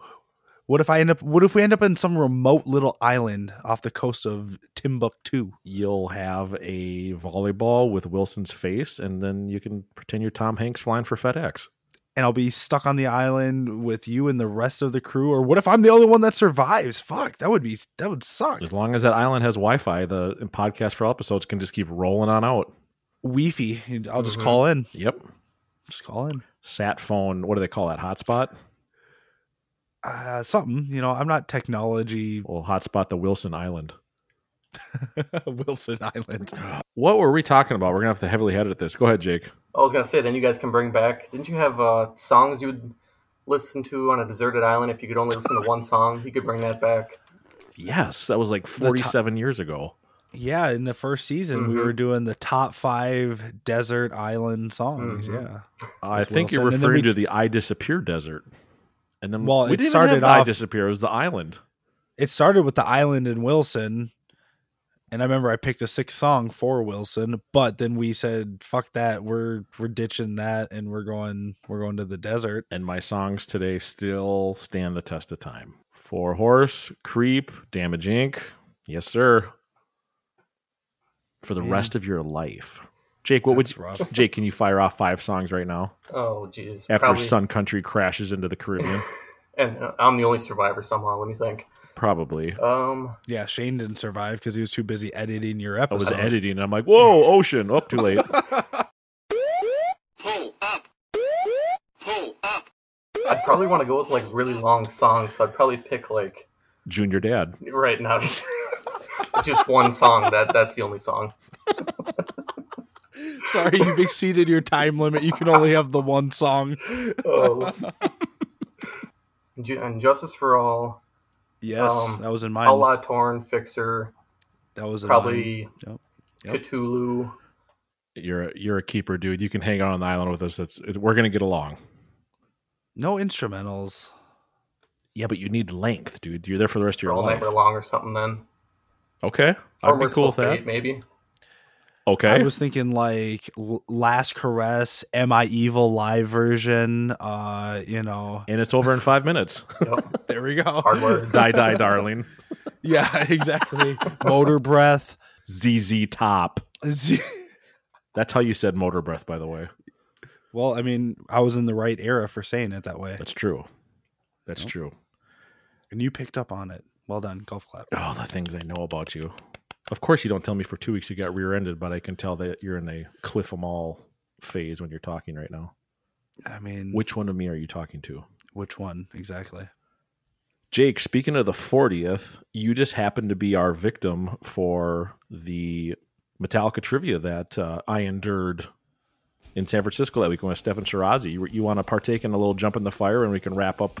What if I end up? What if we end up in some remote little island off the coast of Timbuktu?
You'll have a volleyball with Wilson's face, and then you can pretend you're Tom Hanks flying for FedEx.
and I'll be stuck on the island with you and the rest of the crew? Or what if I'm the only one that survives? Fuck, that would be that would suck.
As long as that island has Wi Fi, the podcast for all episodes can just keep rolling on out.
Weefy, and I'll just
Mhm.
call in.
Yep.
Just call in.
Sat phone, what do they call that? Hotspot?
Uh, something, you know, I'm not technology
Well, hotspot the Wilson Island.
Wilson Island.
What were we talking about? We're going to have to heavily head at this. Go ahead, Jake.
I was gonna say, then you guys can bring back. Didn't you have uh, songs you would listen to on a deserted island if you could only listen to one song? You could bring that back.
Yes, that was like
The to-
47 years ago.
Yeah, in the first season we
Mhm.
were doing the top five desert island songs.
Mhm.
Yeah.
I
With
think you're
Wilson. And then
referring
we-
to the I Disappear Desert. And then
Well,
we
it
didn't
started
even have I
off-
Disappear, it was the island.
it started with the island in Wilson. And I remember I picked a sixth song for Wilson, but then we said, "Fuck that! We're we're ditching that, and we're going we're going to the desert."
And my songs today still stand the test of time. Four Horse, Creep, Damage Inc. Yes, sir. For the
Man.
rest of your life. Jake, what would
That's
you,
rough.
Jake, can you fire off five songs right now?
Oh, jeez.
After
Probably-
Sun Country crashes into the Caribbean?
and uh, I'm the only survivor somehow. Let me think.
Probably.
Um,
Yeah, Shane didn't survive because he was too busy editing your
I was
episode.
editing and I'm like, whoa, ocean, up too late.
Pull up. Pull up.
I'd probably want to go with like really long songs, so I'd probably pick like
Junior Dad.
right now just one song. That that's the only song.
Sorry, you've exceeded your time limit. You can only have the one song.
Oh. Ju- and Justice for All.
Yes,
um,
that was in mine.
Allah Torn, Fixer,
that was in
probably
mine. Yep. Yep.
Cthulhu.
You're a, you're a keeper, dude. You can hang out on the island with us. That's it, we're gonna get along.
No instrumentals.
Yeah, but you need length, dude. You're there for the rest of your
All
life.
Night We're Long or something then.
Okay,
Or
I'd be
Merciful
cool with that.
Fate, maybe.
Okay,
I was thinking like L- Last Caress, Am I Evil live version. Uh, you know,
and it's over in five minutes.
Yep.
there we go.
Hard work.
die, die, darling.
Yeah, exactly. Motor breath.
ZZ Top.
Z-
That's how you said motor breath, by the way.
well, I mean, I was in the right era for saying it that way,
That's true. That's true.
and you picked up on it. Well done, golf clap.
Oh, the things I know about you. Of course, you don't tell me for two weeks you got rear-ended, but I can tell that you're in a cliff 'em all phase when you're talking right now.
I mean, which
Which one of me are you talking to?
which one exactly?
Jake, speaking of the 40th, you just happened to be our victim for the Metallica trivia that uh, I endured in San Francisco that week with Stefan Shirazi. You, you want to partake in a little jump in the fire and we can wrap up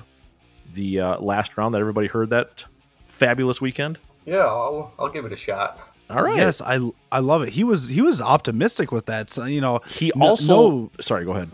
the uh, last round that everybody heard that fabulous weekend?
Yeah, I'll I'll give it a shot.
All right.
Yes, I I love it. He was he was optimistic with that. So, you know,
He
no-
also.
no-
sorry, go ahead.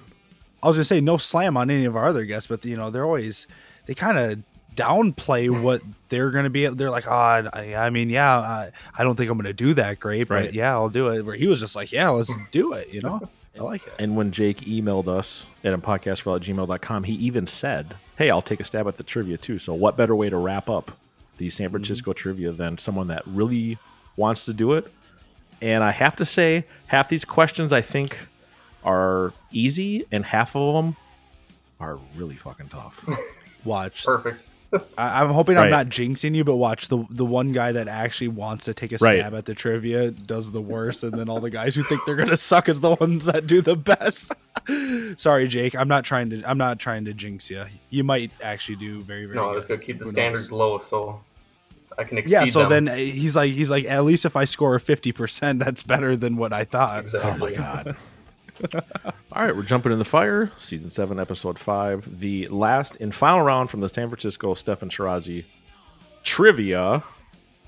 I was gonna say no slam on any of our other guests, but you know they're always they kind of downplay what they're gonna be. They're like, oh, I, I mean, yeah, I, I don't think I'm gonna do that great,
Right.
but yeah, I'll do it. Where he was just like, yeah, let's do it. You know, I like it.
And when Jake emailed us at impodcastfor@gmail.com, he even said, Hey, I'll take a stab at the trivia too. So, what better way to wrap up the San Francisco trivia than someone that really wants to do it. And I have to say, half these questions I think are easy, and half of them are really fucking tough.
Watch.
Perfect.
I, I'm hoping I'm
Right.
not jinxing you, but watch the the one guy that actually wants to take a
Right.
stab at the trivia does the worst, and then all the guys who think they're gonna suck is the ones that do the best. Sorry, Jake. I'm not trying to. I'm not trying to jinx you. You might actually do very very.
No,
good.
that's gonna keep the
Who knows?
standards low, so I can exceed
Yeah. So
them.
then uh, he's like, he's like, at least if I score fifty percent, that's better than what I thought.
Oh my god. All right, we're jumping in the fire, season seven, episode five, the last and final round from the San Francisco Stefan Shirazi trivia.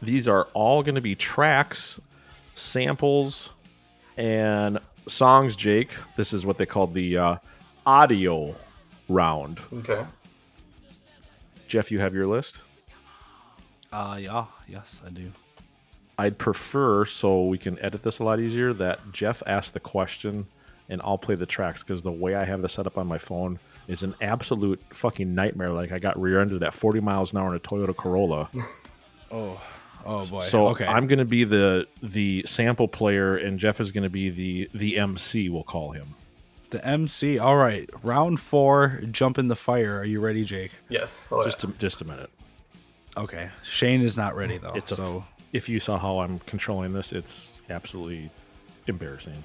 These are all going to be tracks, samples, and songs. Jake, this is what they called the uh, audio round.
Okay.
Jeff, you have your list.
Uh, yeah. Yes, I do.
I'd prefer, so we can edit this a lot easier, that Jeff asks the question and I'll play the tracks because the way I have this set up on my phone is an absolute fucking nightmare. Like I got rear ended at 40 miles an hour in a Toyota Corolla.
Oh. Oh boy.
so
okay.
I'm going to be the the sample player and Jeff is going to be the the MC, we'll call him.
The MC. All right. Round four. Jump in the fire. Are you ready, Jake?
Yes. Oh,
just, a, just a minute.
Okay. Shane is not ready though.
It's a-
so
If you saw how I'm controlling this, it's absolutely embarrassing.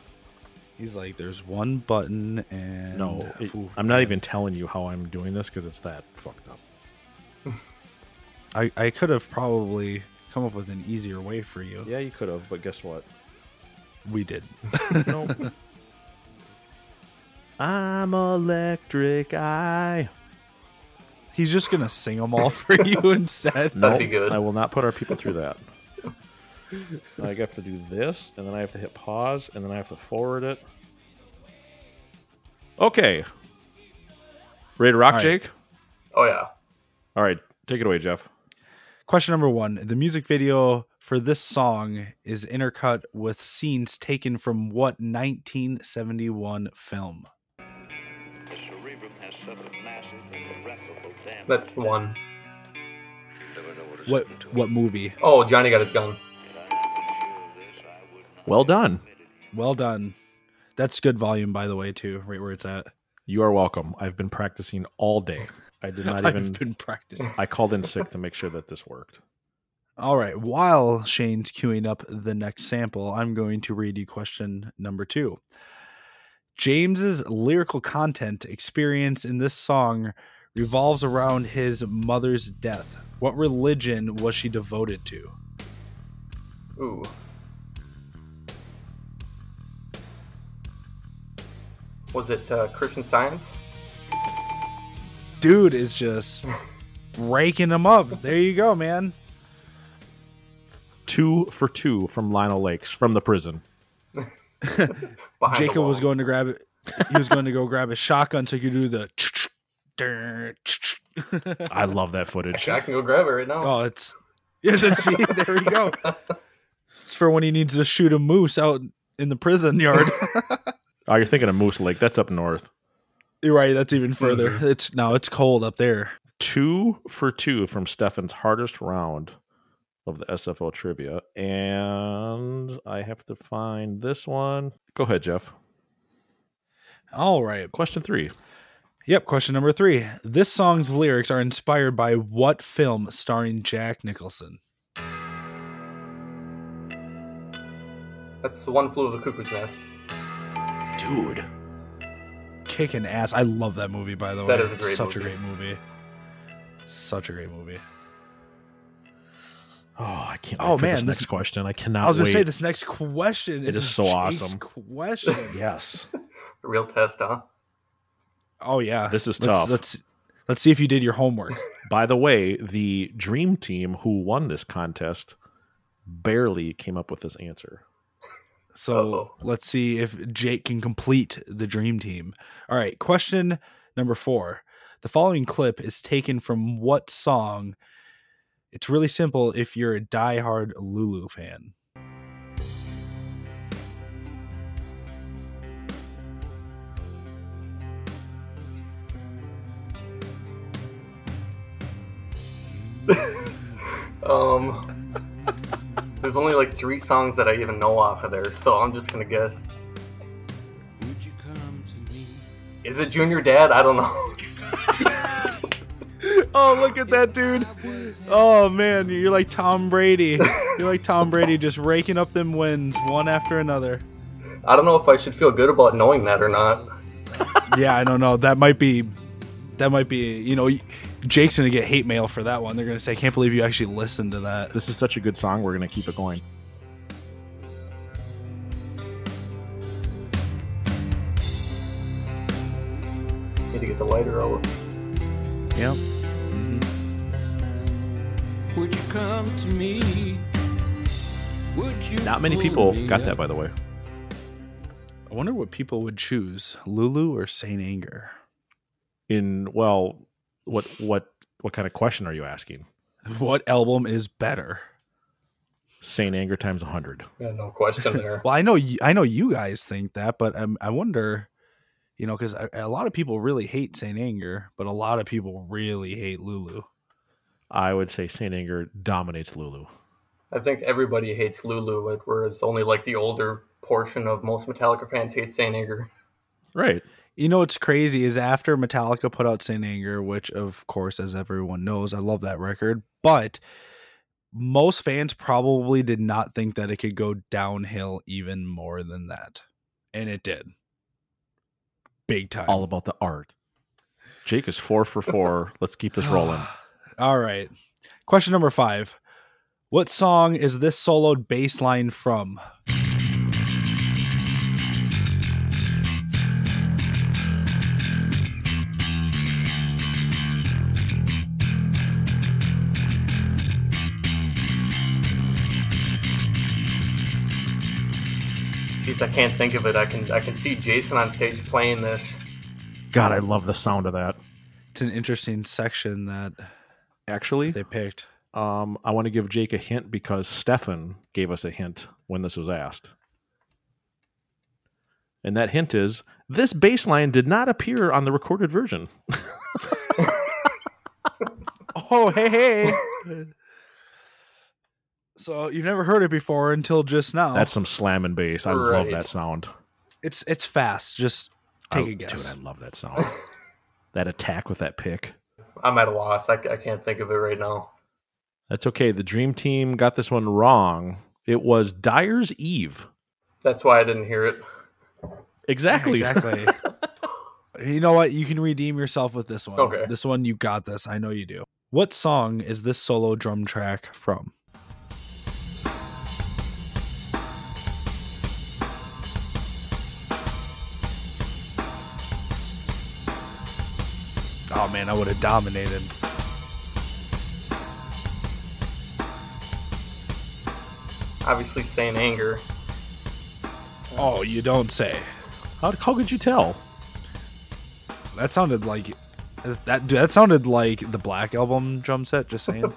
he's like, there's one button and
No, it- I'm not even telling you how I'm doing this because it's that fucked up.
I, I could have probably come up with an easier way for you.
Yeah, you could have, but guess what?
We did.
Nope. I'm electric eye.
He's just gonna sing them all for you instead.
That'd be good.
I will not put our people through that. I have to do this, and then I have to hit pause, and then I have to forward it. Okay. Ready to rock,
All right.
Jake?
Oh yeah.
All right, take it away, Jeff.
Question number one: The music video for this song is intercut with scenes taken from what 1971 film?
The cerebrum has suffered massive and irreparable damage.
That one.
Never know what has
What
happened to
what movie?
Oh, Johnny got his gun.
Well done.
Well done. That's good volume, by the way, too. Right where it's at.
You are welcome. I've been practicing all day. I did not
I've
even.
been practicing.
I called in sick to make sure that this worked.
All right. While Shane's queuing up the next sample, I'm going to read you question number two. James's lyrical content experience in this song revolves around his mother's death. What religion was she devoted to?
Ooh. Was it uh, Christian Science?
Dude is just raking them up. There you go, man.
Two for two from Lionel Lakes from the prison.
Behind the
Jacob was
walls.
going to grab it. He was going to go grab a shotgun so he could do the. dur,
I love that footage.
Actually, I can go grab it right now.
Oh, it's yes, it's, see, there we go. It's for when he needs to shoot a moose out in the prison yard.
Oh, you're thinking of Moose Lake. That's up north.
You're right. That's even further.
Mm-hmm.
It's no, it's cold up there.
two for two from Stefan's hardest round of the SFL trivia. And I have to find this one. Go ahead, Jeff.
All right.
Question three.
Yep. Question number three. This song's lyrics are inspired by what film starring Jack Nicholson?
That's the one flew of the cuckoo's nest.
Dude.
Kicking ass. I love that movie. By the
That
way,
is a great
such
movie.
a great movie. Such a great movie.
Oh, I can't.
Oh,
Oh man,
man,
this
this-
next question. I cannot.
I was gonna
wait.
say this next question.
It is so
Jake's
awesome.
Question.
Yes,
A real test, huh?
Oh yeah.
this is
Let's-
tough.
Let's let's see if you did your homework.
By the way, the dream team who won this contest barely came up with this answer.
So
Uh-oh.
let's see if Jake can complete the dream team. All right, question number four. The following clip is taken from what song? It's really simple if you're a diehard Lulu fan.
Um, there's only like three songs that I even know off of there, so I'm just gonna guess. Is it Junior Dad? I don't know.
oh, look at that dude. Oh man, you're like Tom Brady. You're like Tom Brady just raking up them wins one after another.
I don't know if I should feel good about knowing that or not.
Yeah, I don't know. That might be that might be, you know, Jake's going to get hate mail for that one. They're going to say, "I can't believe you actually listened to that."
This is such a good song. We're going to keep it going.
Need to get the lighter out.
Yep.
Would you come to me? Would you
Not many
pull
people
me
got
up?
that by the way.
I wonder what people would choose, Lulu or Saint Anger.
In well, what what what kind of question are you asking?
What album is better?
Saint Anger times 100.
Yeah, no question there.
Well, I know y- I know you guys think that, but um, I wonder, you know, because a lot of people really hate Saint Anger, but a lot of people really hate Lulu.
I would say Saint Anger dominates Lulu.
I think everybody hates Lulu, whereas only like the older portion of most Metallica fans hate Saint Anger.
Right.
You know what's crazy is after Metallica put out Saint Anger, which of course, as everyone knows, I love that record, but most fans probably did not think that it could go downhill even more than that. And it did. Big time.
All about the art. Jake is 4 for 4. Let's keep this rolling.
All right. Question number five. What song is this soloed bass line from?
Jeez, I can't think of it. I can I can see Jason on stage playing this.
God, I love the sound of that.
It's an interesting section that
Actually,
they picked.
um, I want to give Jake a hint because Stefan gave us a hint when this was asked. And that hint is this bass line did not appear on the recorded version.
Oh, hey, hey. so you've never heard it before until just now.
That's some slamming bass. I love
Right.
that sound.
it's it's fast. Just take
I-
a guess.
Dude, I love that sound. that attack with that pick.
I'm at a loss. I, I can't think of it right now.
That's okay. The Dream Team got this one wrong. It was Dyer's Eve.
That's why I didn't hear it.
Exactly.
Exactly. you know what? You can redeem yourself with this one.
Okay.
This one you got this. I know you do. What song is this solo drum track from? Oh man, I would have dominated.
Obviously, Saint Anger.
Oh, you don't say.
How, how could you tell?
That sounded like that. That sounded like the Black Album drum set. Just saying.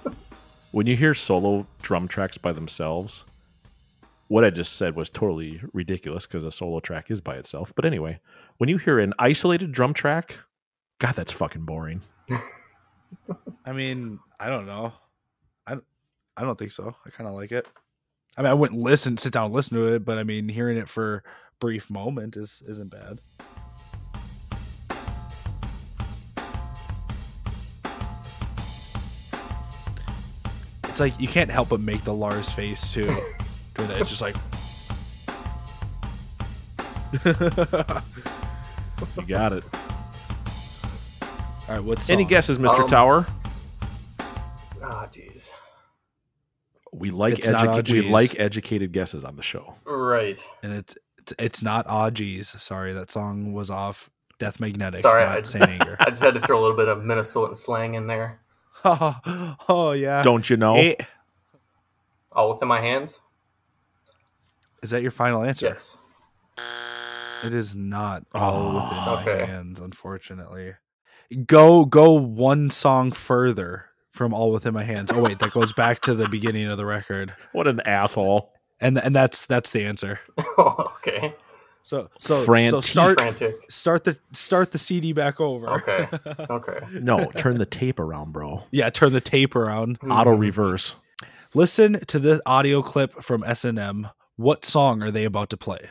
when you hear solo drum tracks by themselves, what I just said was totally ridiculous because a solo track is by itself. But anyway, when you hear an isolated drum track, God, that's fucking boring.
I mean, I don't know. I, I don't think so. I kind of like it. I mean, I wouldn't listen, sit down, and listen to it, but I mean, hearing it for a brief moment is isn't bad. It's like you can't help but make the Lars face too. during that. It's just like
You got it.
all right, what's
Any guesses, Mr.
Um,
Tower?
Ah, jeez.
We like
it's not
educa- we
OGs.
like educated guesses on the show.
Right.
And it's it's, it's not Augies. Sorry, that song was off Death Magnetic.
Sorry,
not
I-
Saint Anger.
I just had to throw a little bit of Minnesotan slang in there.
oh, oh, yeah.
Don't you know?
Eh,
All within my hands.
Is that your final answer?
Yes.
It is not all within my
Oh, Okay.
hands, unfortunately. Go go one song further from all within my hands. Oh wait, that goes back to the beginning of the record,
What an asshole.
and and that's that's the answer.
Oh, okay.
So so so
Frantic.
start
Frantic.
start the start the CD back over.
Okay. Okay.
No, turn the tape around, bro.
yeah, turn the tape around.
Auto reverse.
Listen to this audio clip from S&M. What song are they about to play?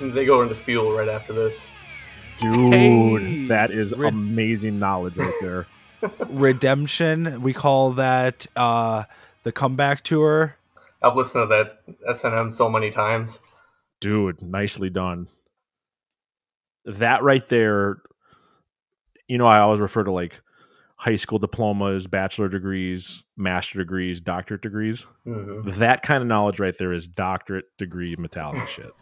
They go into fuel right after this.
Dude,
Hey.
that is
Rid-
amazing knowledge right there.
Redemption. We call that uh the comeback tour.
I've listened to that SNM so many times.
Dude, nicely done. That right there, you know, I always refer to like high school diplomas, bachelor degrees, master degrees, doctorate degrees.
Mhm.
That kind of knowledge right there is doctorate degree metallic shit.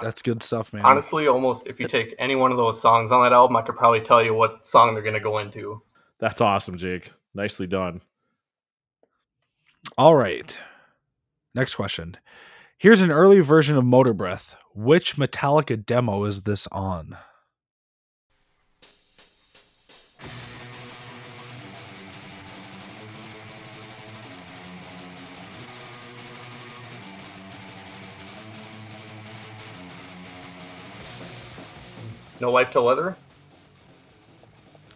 That's good stuff, man.
Honestly, almost if you take any one of those songs on that album, I could probably tell you what song they're gonna go into.
That's awesome, Jake. Nicely done.
All right. Next question. Here's an early version of Motor Breath. Which Metallica demo is this on?
No life to leather?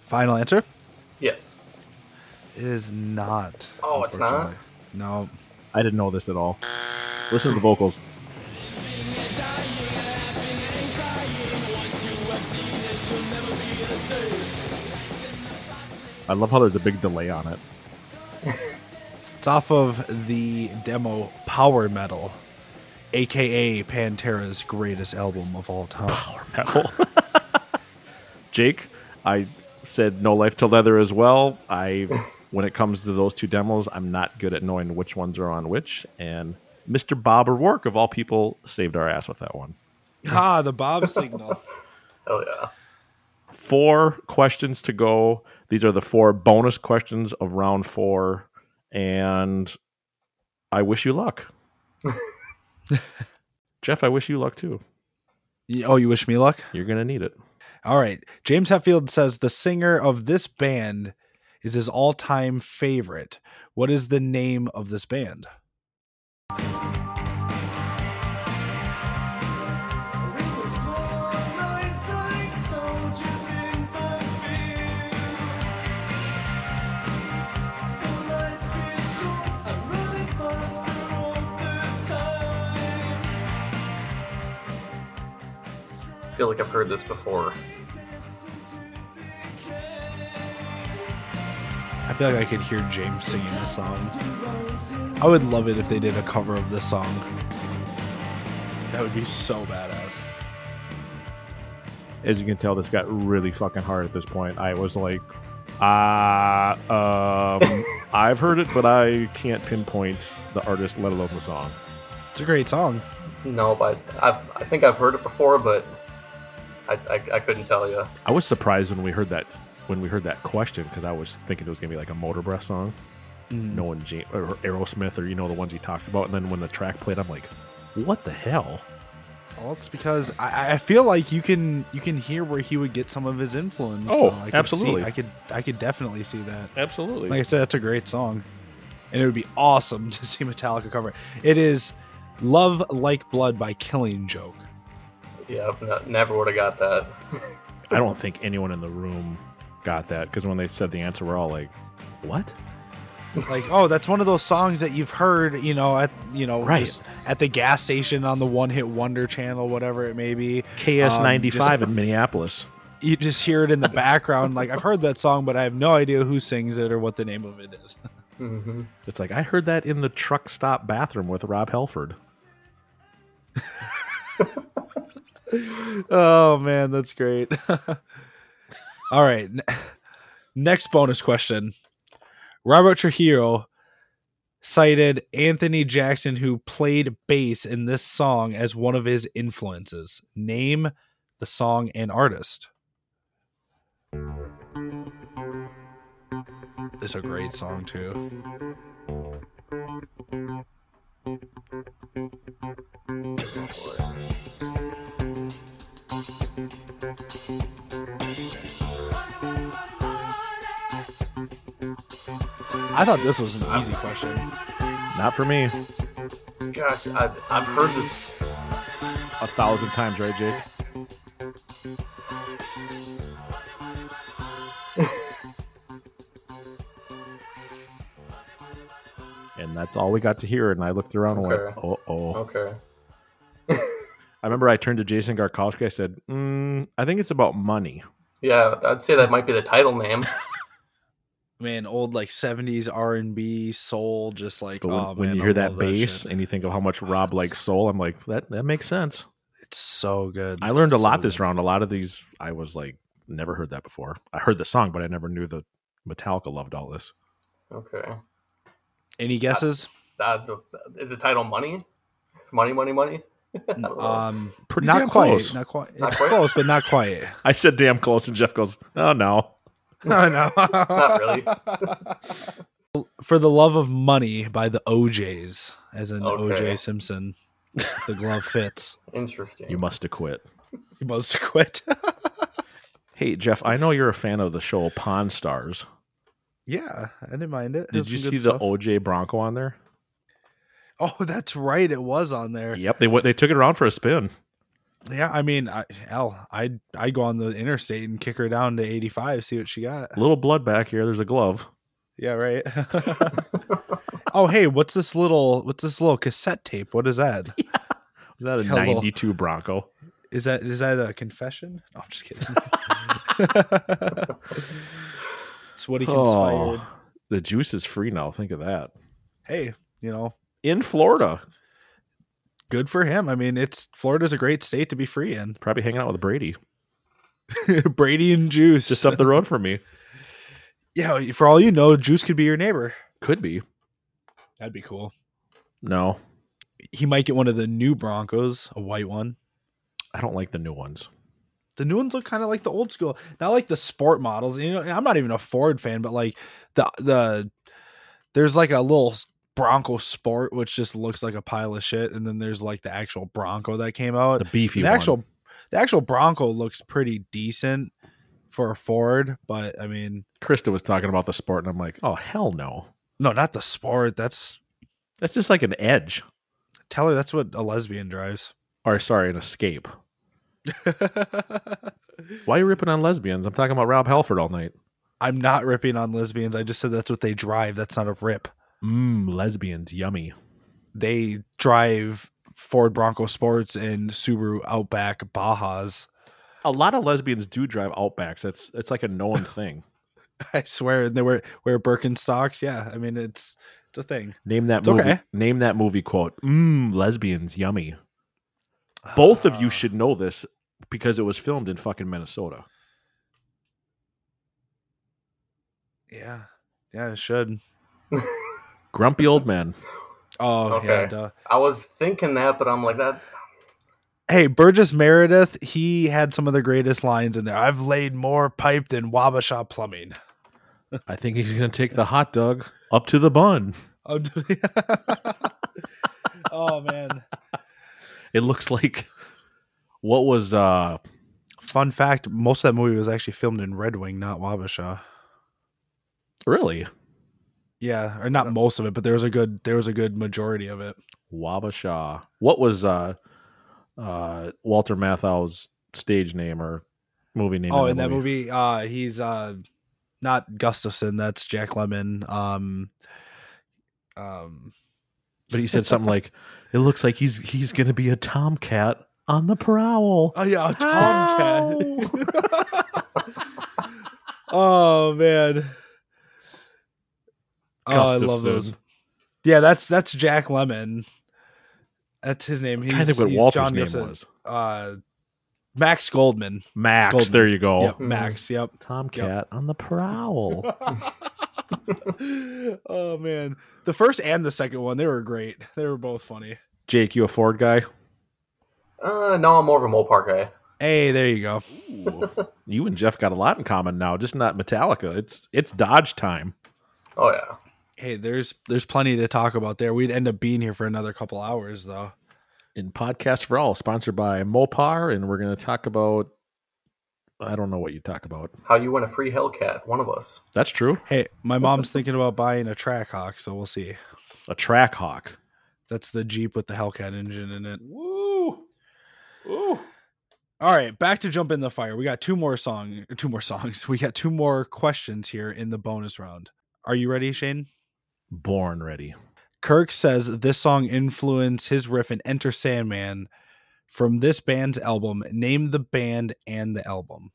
Final answer?
Yes.
It is not.
Oh, it's not?
unfortunately. No.
I didn't know this at all. Listen to the vocals. I love how there's a big delay on it.
It's off of the demo Power Metal, aka Pantera's greatest album of all time. Power
Metal. Jake, I said no life to leather as well. I when it comes to those two demos, I'm not good at knowing which ones are on which and Mr. Bob O'Rourke of all people saved our ass with that one.
ah, the Bob signal.
Hell yeah.
Four questions to go. These are the four bonus questions of round 4 and I wish you luck. Jeff, I wish you luck too.
Y- Oh, you wish me luck?
You're going to need it.
All right. James Hetfield says the singer of this band is his all time favorite. What is the name of this band?
I feel like I've heard this before.
I feel like I could hear James singing this song. I would love it if they did a cover of this song. That would be so badass.
as you can tell, this got really fucking hard at this point. I was like, ah, um, I've heard it, but I can't pinpoint the artist, let alone the song.
It's a great song.
No, but I've, I think I've heard it before, but I, I, I couldn't tell you.
I was surprised when we heard that when we heard that question because I was thinking it was gonna be like a Motor Breath song,
Mm.
knowing James, or Aerosmith or you know the ones he talked about. And then when the track played, I'm like, what the hell?
Well, it's because I, I feel like you can you can hear where he would get some of his influence.
Oh,
though. I could see-
absolutely.
I could I could definitely see that.
Absolutely.
Like I said, that's a great song, and it would be awesome to see Metallica cover it. It is "Love Like Blood" by Killing Joke.
Yeah, I've not, never would have got that.
I don't think anyone in the room got that because when they said the answer, we're all like, what?
Like, oh, that's one of those songs that you've heard, you know, at you know,
Right.
just at the gas station on the One Hit Wonder channel, whatever it may be.
KS95
Um, just-
in Minneapolis.
you just hear it in the background. Like I've heard that song, but I have no idea who sings it or what the name of it is.
Mm-hmm.
It's like I heard that in the truck stop bathroom with Rob Helford.
oh man, that's great. All right. n- Next bonus question. Robert Trujillo cited Anthony Jackson, who played bass in this song, as one of his influences. Name the song and artist. This is a great song, too. I thought this was an easy question.
Not for me.
gosh, I've, I've heard this.
A thousand times, right, Jake? and that's all we got to hear. And I looked around and
Okay.
went, "Oh, oh."
Okay.
I remember I turned to Jason Garkowski. I said, mm, "I think it's about money."
Yeah, I'd say that might be the title name.
Man, old like seventies R and B soul, just like
But when,
oh,
when
man,
you
I
hear that
love
bass
shit. Ah,
and you think of how much Rob likes soul, I'm like, that that makes sense.
It's so good.
I learned a
So
lot this round. A lot of these, I was like, never heard that before. I heard the song, but I never knew that Metallica loved all this.
Okay.
Any guesses?
Uh, is the title Money? Money, money, money?
Um,
Oh, Pretty
not
damn
quite,
close.
not quite.
Not
It's
quite?
close, but not quite.
I said, "Damn close," and Jeff goes, "Oh no."
No, no,
Not really.
For the love of money by the OJ's, as in
Okay.
OJ Simpson. The glove fits.
Interesting.
You must have quit.
You must quit.
Hey Jeff, I know you're a fan of the show Pawn Stars.
yeah, I didn't mind it.
Did you see the OJ Bronco on there?
Oh, that's right. It was on there.
Yep, they went. They took it around for a spin.
Yeah, I mean, I, hell, I'd I'd go on the interstate and kick her down to eighty five, see what she got.
Little blood back here. There's a glove.
Yeah, right. oh, hey, what's this little what's this little cassette tape? What is that?
Is that a
It's got a little-
'92 Bronco?
Is that is that a confession? No, I'm just kidding. it's what he conspired.
Oh, the juice is free now. Think of that.
Hey, you know,
In Florida,
good for him. I mean, it's Florida's a great state to be free in.
probably hanging out with Brady,
Brady and Juice.
just up the road from me.
yeah, for all you know, Juice could be your neighbor.
Could be.
That'd be cool.
No,
He might get one of the new Broncos, a white one.
I don't like the new ones.
The new ones look kind of like the old school, not like the sport models. You know, and I'm not even a Ford fan, but like the the there's like a little Bronco Sport which just looks like a pile of shit, and then there's like the actual Bronco that came out.
The beefy
the
one.
actual the actual Bronco looks pretty decent for a Ford, but I mean,
Krista was talking about the sport, and I'm like, oh hell no.
no, not the Sport. That's
That's just like an edge,
tell her that's what a lesbian drives.
or sorry, an escape. Why are you ripping on lesbians? I'm talking about Rob Halford all night.
I'm not ripping on lesbians. I just said that's what they drive. That's not a rip.
Mmm, lesbians, yummy.
they drive Ford Bronco Sports and Subaru Outback Bajas.
A lot of lesbians do drive Outbacks. That's it's like a known thing.
I swear, and they wear wear Birkenstocks. Yeah, I mean it's it's a thing.
Name that
It's
movie.
okay.
Name that movie quote. Mmm, lesbians, yummy. Both
Ah.
of you should know this because it was filmed in fucking Minnesota.
Yeah, yeah, it should.
Grumpy old man.
Oh yeah.
Okay.
Duh.
I was thinking that, but I'm like, that.
Hey, Burgess Meredith, he had some of the greatest lines in there. I've laid more pipe than Wabasha Plumbing.
I think he's gonna take the hot dog up to the bun.
Oh, dude. oh man.
It looks like what was uh
Fun fact: most of that movie was actually filmed in Red Wing, not Wabasha.
really
Yeah, or not most of it, but there was a good there was a good majority of it.
Wabasha. What was uh uh Walter Matthau's stage name or movie name?
Oh, in that movie, uh, he's uh, not Gustafson. That's Jack Lemon. Um, um,
But he said something like, It looks like he's he's gonna be a tomcat on the prowl.
oh yeah, a Tomcat. oh man, oh, I love those.
Gustafson.
Yeah, that's that's Jack Lemon. That's his name. He's,
trying to think what
he's
Walter's
John
name
Gibson.
was.
Uh, Max Goldman.
Max,
Goldman.
there you go.
Yep, Max. Yep.
Tomcat on the prowl.
oh man, the first and the second one they were great. They were both funny.
Jake, you a Ford guy?
Uh, no, I'm more of a Mopar guy.
Hey, there you go.
You and Jeff got a lot in common now, just not Metallica. It's it's Dodge time.
Oh, yeah.
Hey, there's there's plenty to talk about there. We'd end up being here for another couple hours though.
In Podcast for All, sponsored by Mopar, and we're gonna talk about I don't know what you talk about.
How you win a free Hellcat, one of us.
That's true.
Hey, my mom's thinking about buying a Trackhawk, so we'll see.
A track hawk.
That's the Jeep with the Hellcat engine in it.
Woo! Ooh.
All right, back to jump in the fire. We got two more song, two more songs. We got two more questions here in the bonus round. Are you ready, Shane?
Born ready.
Kirk says this song influenced his riff in Enter Sandman from this band's album. Name the band and the album.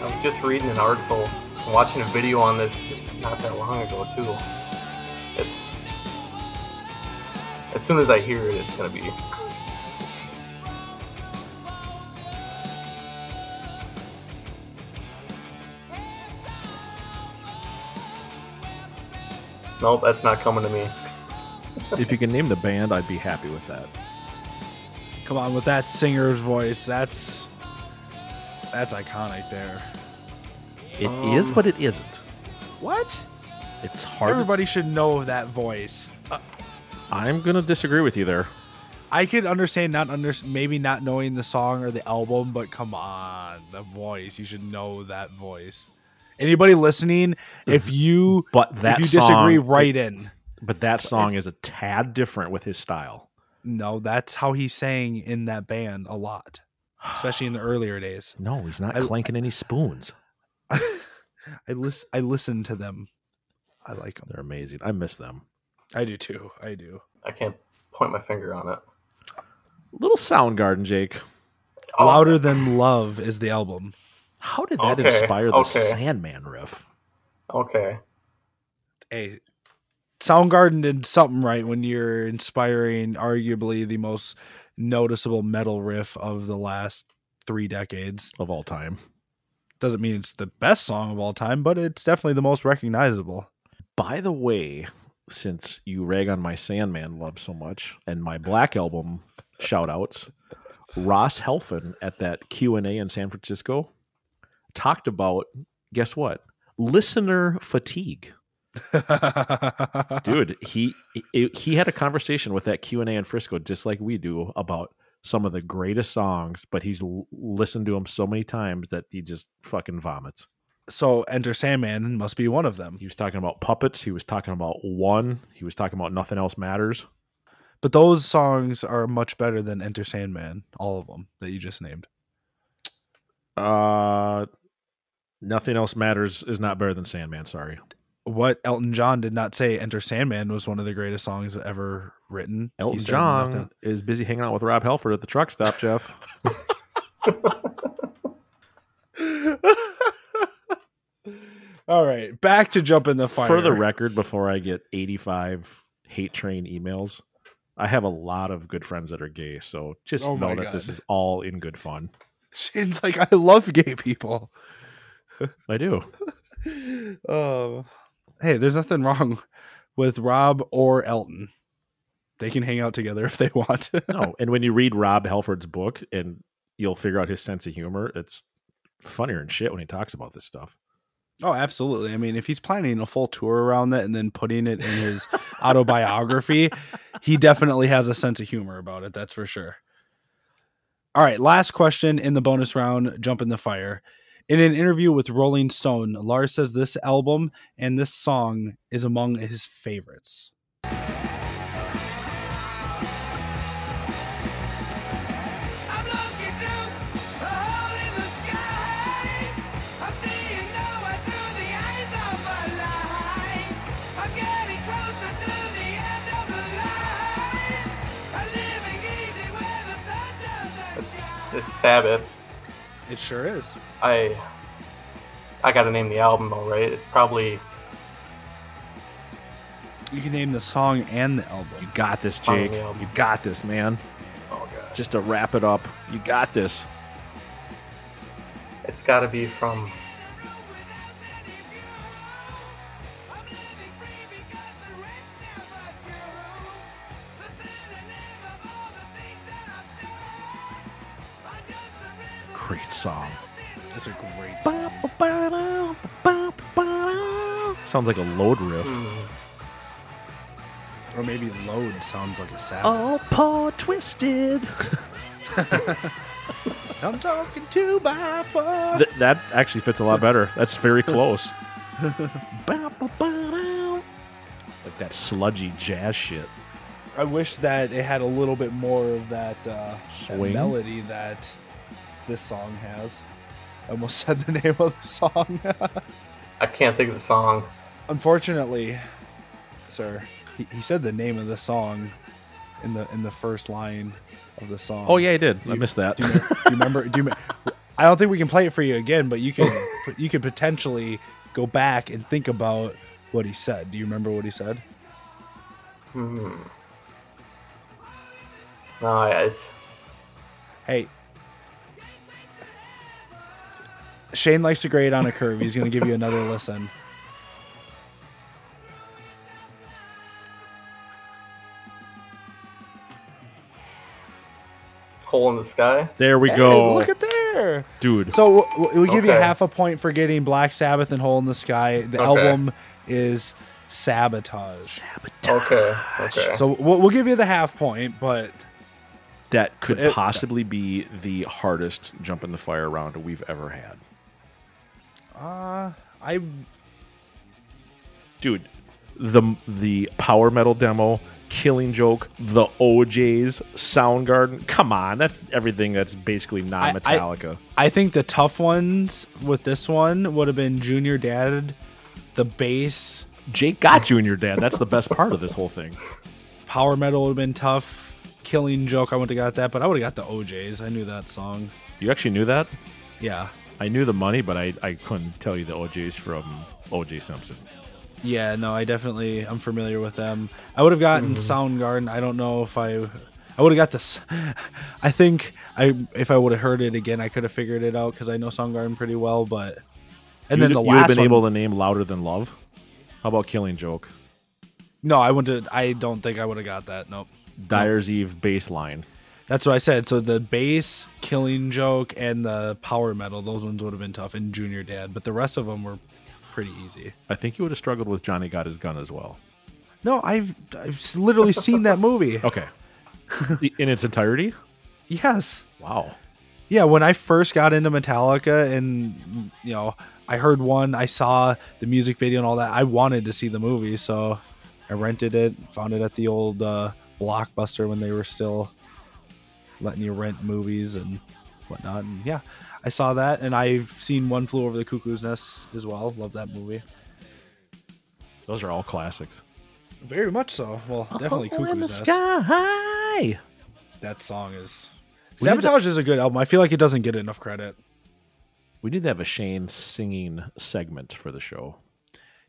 I was just reading an article and watching a video on this just not that long ago too. It's as soon as I hear it, it's gonna be. Nope, that's not coming to me.
if you can name the band, I'd be happy with that.
Come on, with that singer's voice, that's that's iconic there.
It is, but it isn't.
What?
It's hard.
Everybody should know that voice.
I'm gonna disagree with you there.
I could understand not under maybe not knowing the song or the album, but come on, the voice. You should know that voice. Anybody listening, if you
But that
if you disagree,
song-
write in.
But that song is a tad different with his style.
No, that's how he sang in that band a lot, especially in the earlier days.
No, he's not
I-
clanking any spoons.
I listen. I listen to them. I like them.
They're amazing. I miss them.
I do too. I do.
I can't point my finger on it.
Little Soundgarden, Jake.
Oh,
Louder than love is the album.
How did that
Okay,
inspire the
okay.
Sandman riff?
Okay.
Hey, Soundgarden did something right when you're inspiring arguably the most noticeable metal riff of the last three decades.
Of all time.
Doesn't mean it's the best song of all time, but it's definitely the most recognizable.
By the way, since you rag on my Sandman love so much and my Black album shout outs, Ross Helfin at that Q&A in San Francisco talked about guess what? Listener fatigue. Dude, he he- he had a conversation with that Q&A in Frisco just like we do about some of the greatest songs, but he's l- listened to them so many times that he just fucking vomits.
So Enter Sandman must be one of them.
He was talking about puppets. He was talking about one. He was talking about nothing else matters.
But those songs are much better than Enter Sandman, all of them that you just named.
Uh, nothing else matters is not better than Sandman. Sorry,
What Elton John did not say, Enter Sandman was one of the greatest songs ever written. He
Elton
said
John
nothing.
is busy hanging out with Rob Halford at the truck stop. Jeff,
All right, back to Jump in the Fire.
for the record, before I get eighty-five hate train emails, I have a lot of good friends that are gay. So just
Oh my
know that this
God.
is all in good fun.
Shane's like, I love gay people.
I do.
Um, hey, there's nothing wrong with Rob or Elton. They can hang out together if they want.
No, and when you read Rob Halford's book, and you'll figure out his sense of humor. It's funnier and shit when he talks about this stuff.
Oh, absolutely. I mean, if he's planning a full tour around that and then putting it in his autobiography, he definitely has a sense of humor about it. That's for sure. All right, last question in the bonus round Jump in the Fire. In an interview with Rolling Stone, Lars says this album and this song is among his favorites.
It's, it's Sabbath.
It sure is.
I I gotta name the album though, right? It's probably
You can name the song and the album.
You got this,
Follow
Jake.
me up.
You got this, man.
um, oh god.
Just to wrap it up, you got this.
It's gotta be from
Great song.
It Those are great.
Sounds like a load riff.
Mm. Or maybe load sounds like a sound.
All paw twisted.
I'm talking to my phone.
Th- that actually fits a lot better. That's very close. like that sludgy jazz shit.
I wish that it had a little bit more of that, uh, that
Swing?
melody that this song has. I almost said the name of the song.
I can't think of the song.
Unfortunately, sir, he, he said the name of the song in the in the first line of the song.
Oh, yeah, he did.
Do
I
you-
missed that.
Do you, do you remember? Do you, me- I don't think we can play it for you again, but you can you could potentially go back and think about what he said. Do you remember what he said?
Hmm. No, I- it's
Hey. Shane likes to grade on a curve. He's going to give you another listen.
hole in the sky.
There we
Hey,
go.
Look at there.
Dude.
So w- w- we give you
Okay.
half a point for getting Black Sabbath and Hole in the Sky. The
Okay.
album is Sabotage.
Okay. Okay.
So we'll, we'll give you the half point, but
that could
It-
possibly be the hardest jump in the fire round we've ever had.
uh, I
Dude, the the power metal demo, Killing Joke, the OJ's, Soundgarden. Come on, that's everything that's basically non-Metallica.
I think the tough ones with this one would have been Junior Dad, the bass.
Jake got you and your dad. That's the best part of this whole thing.
Power metal would have been tough. Killing joke, I would have got that, but I would have got the OJ's. I knew that song.
You actually knew that?
Yeah.
I knew the money, but I, I couldn't tell you the OJ's from OJ Simpson.
Yeah, no, I definitely I'm familiar with them. I would have gotten Soundgarden. I don't know if I I would have got this. I think I if I would have heard it again, I could have figured it out because I know Soundgarden pretty well. But and then
You'd-
the
you would
last
have been
one,
able to name Louder Than Love. How about Killing Joke?
no, I wouldn't. I don't think I would have got that. Nope.
Dyer's Eve bass line.
That's what I said. So the bass, Killing Joke, and the power metal, those ones would have been tough. And Junior Dad, but the rest of them were pretty easy.
I think you would have struggled with Johnny Got His Gun as well.
No, I've I've literally seen that movie.
Okay. The- In its entirety?
Yes.
Wow.
Yeah, when I first got into Metallica and you know, I heard one, I saw the music video and all that. I wanted to see the movie, so I rented it, found it at the old uh, Blockbuster when they were still letting you rent movies and whatnot. And yeah, I saw that, and I've seen One Flew Over the Cuckoo's Nest as well. Love that movie.
Those are all classics.
Very much so. Well, definitely
Oh,
Cuckoo's
in the
Nest.
sky.
That song is.
We need to-
Sabotage is a good album. I feel like it doesn't get enough credit.
We need to have a Shane singing segment for the show.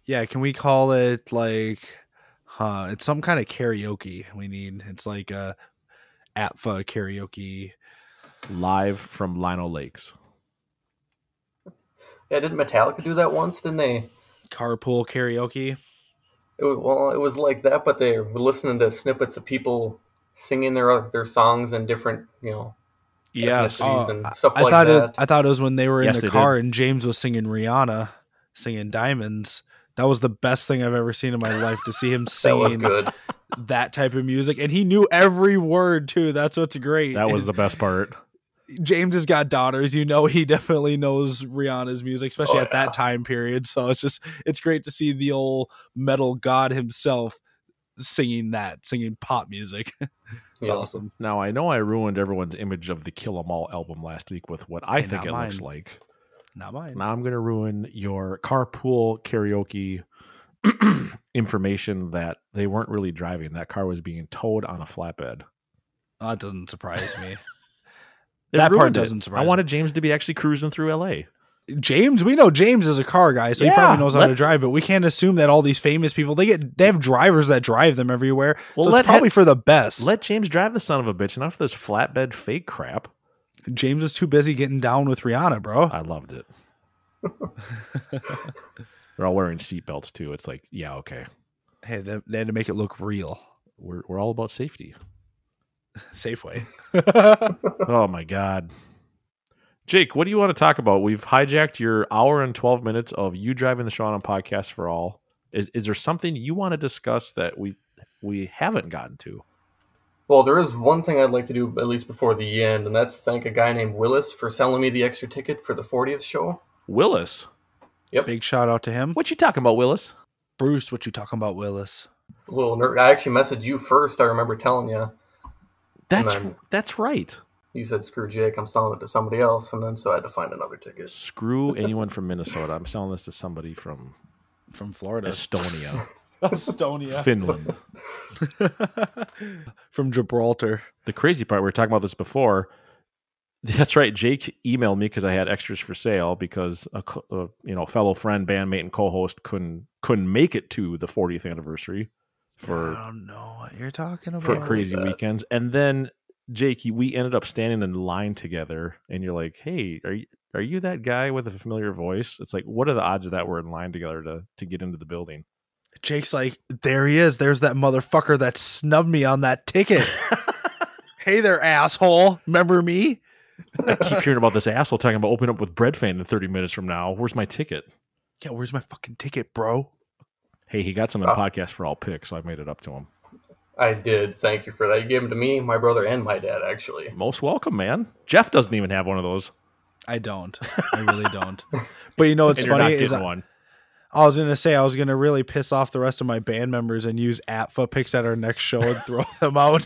Yeah, can we call it like huh it's some kind of karaoke we need. It's like a APFA karaoke.
Live from Lino Lakes.
Yeah, didn't Metallica do that once? Didn't they?
Carpool karaoke.
It was, well, it was like that, but they were listening to snippets of people singing their their songs and different, you know,
Yes.
ethnicities
Oh,
and stuff
I
like
thought
that.
it I thought it was when they were in
Yes,
the
they
car and James was singing Rihanna, singing Diamonds. That was the best thing I've ever seen in my life to see him
that was
singing
good.
that type of music and he knew every word too. That's what's great.
That was
is
the best part.
James has got daughters. You know, he definitely knows Rihanna's music, especially
Oh,
at that time period. So it's just, it's great to see the old metal god himself singing that, singing pop music. it's
Yeah.
awesome.
Now I know I ruined everyone's image of the Kill 'Em All album last week with what I
And
think
not
it looks
mine.
like.
Not mine.
Now I'm going to ruin your carpool karaoke information that they weren't really driving. That car was being towed on a flatbed.
Oh, that doesn't surprise me.
It
That part
ruined it.
doesn't surprise
I
me.
wanted James to be actually cruising through LA.
James, we know James is a car guy, so he
Yeah,
probably knows how
let-
to drive. But we can't assume that all these famous people they get they have drivers that drive them everywhere.
Well,
so
let
it's probably
Hen-
for the best.
Let James drive the son of a bitch, enough of this flatbed fake crap.
James is too busy getting down with Rihanna, bro.
I loved it. They're all wearing seatbelts too. It's like, yeah, okay.
Hey, they, they had to make it look real.
We're we're all about safety.
Safeway.
oh my god. Jake, what do you want to talk about? We've hijacked your hour and 12 minutes of you driving the show on podcast for all. Is, is there something you want to discuss that we we haven't gotten to?
Well, there is one thing I'd like to do at least before the end, and that's thank a guy named Willis for selling me the extra ticket for the 40th show.
Willis.
Yep.
Big shout out to him.
What you talking about, Willis?
Bruce, what you talking about, Willis?
Little nerd. I actually messaged you first. I remember telling you.
That's
then-
that's right.
You said screw Jake. I'm selling it to somebody else, and then so I had to find another ticket.
Screw anyone from Minnesota. I'm selling this to somebody from
from Florida,
Estonia,
Estonia,
Finland.
from Gibraltar.
The crazy part, we were talking about this before. That's right. Jake emailed me because I had extras for sale because a, co- a you know fellow friend, bandmate, and co-host couldn't couldn't make it to the 40th anniversary for
I don't know what you're talking about.
for crazy weekends. And then Jake, you- we ended up standing in line together, and you're like, "Hey, are you are you that guy with a familiar voice?" It's like, what are the odds of that we're in line together to to get into the building?
Jake's like, there he is. There's that motherfucker that snubbed me on that ticket. hey there, asshole. Remember me?
I keep hearing about this asshole talking about opening up with Bread Fan in 30 minutes from now. Where's my ticket?
Yeah, where's my fucking ticket, bro?
Hey, he got some in the podcast for all picks, so I made it up to him.
I did. Thank you for that. You gave them to me, my brother, and my dad, actually.
Most welcome, man. Jeff doesn't even have one of those.
I don't. I really don't. but you know what's
And you're
funny
not
is
getting
I,
one.
I was gonna say I was gonna really piss off the rest of my band members and use ATFA picks at our next show and throw them out.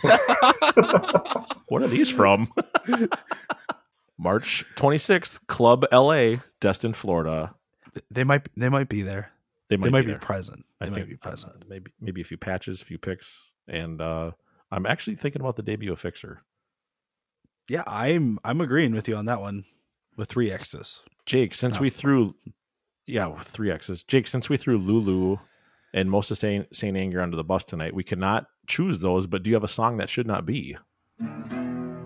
What are these from? March 26th, Club LA, Destin, Florida.
they might they might be there.
They might,
They might
be,
be
there.
present.
I
They might
think
be present.
uh, maybe maybe a few patches, a few picks, and uh, I'm actually thinking about the debut of Fixer.
Yeah, I'm I'm agreeing with you on that one. With three X's.
Jake, since
Not
we threw, yeah, with three X's. Jake, since we threw Lulu and most of Saint, Saint Anger under the bus tonight, we cannot choose those. But do you have a song that should not be?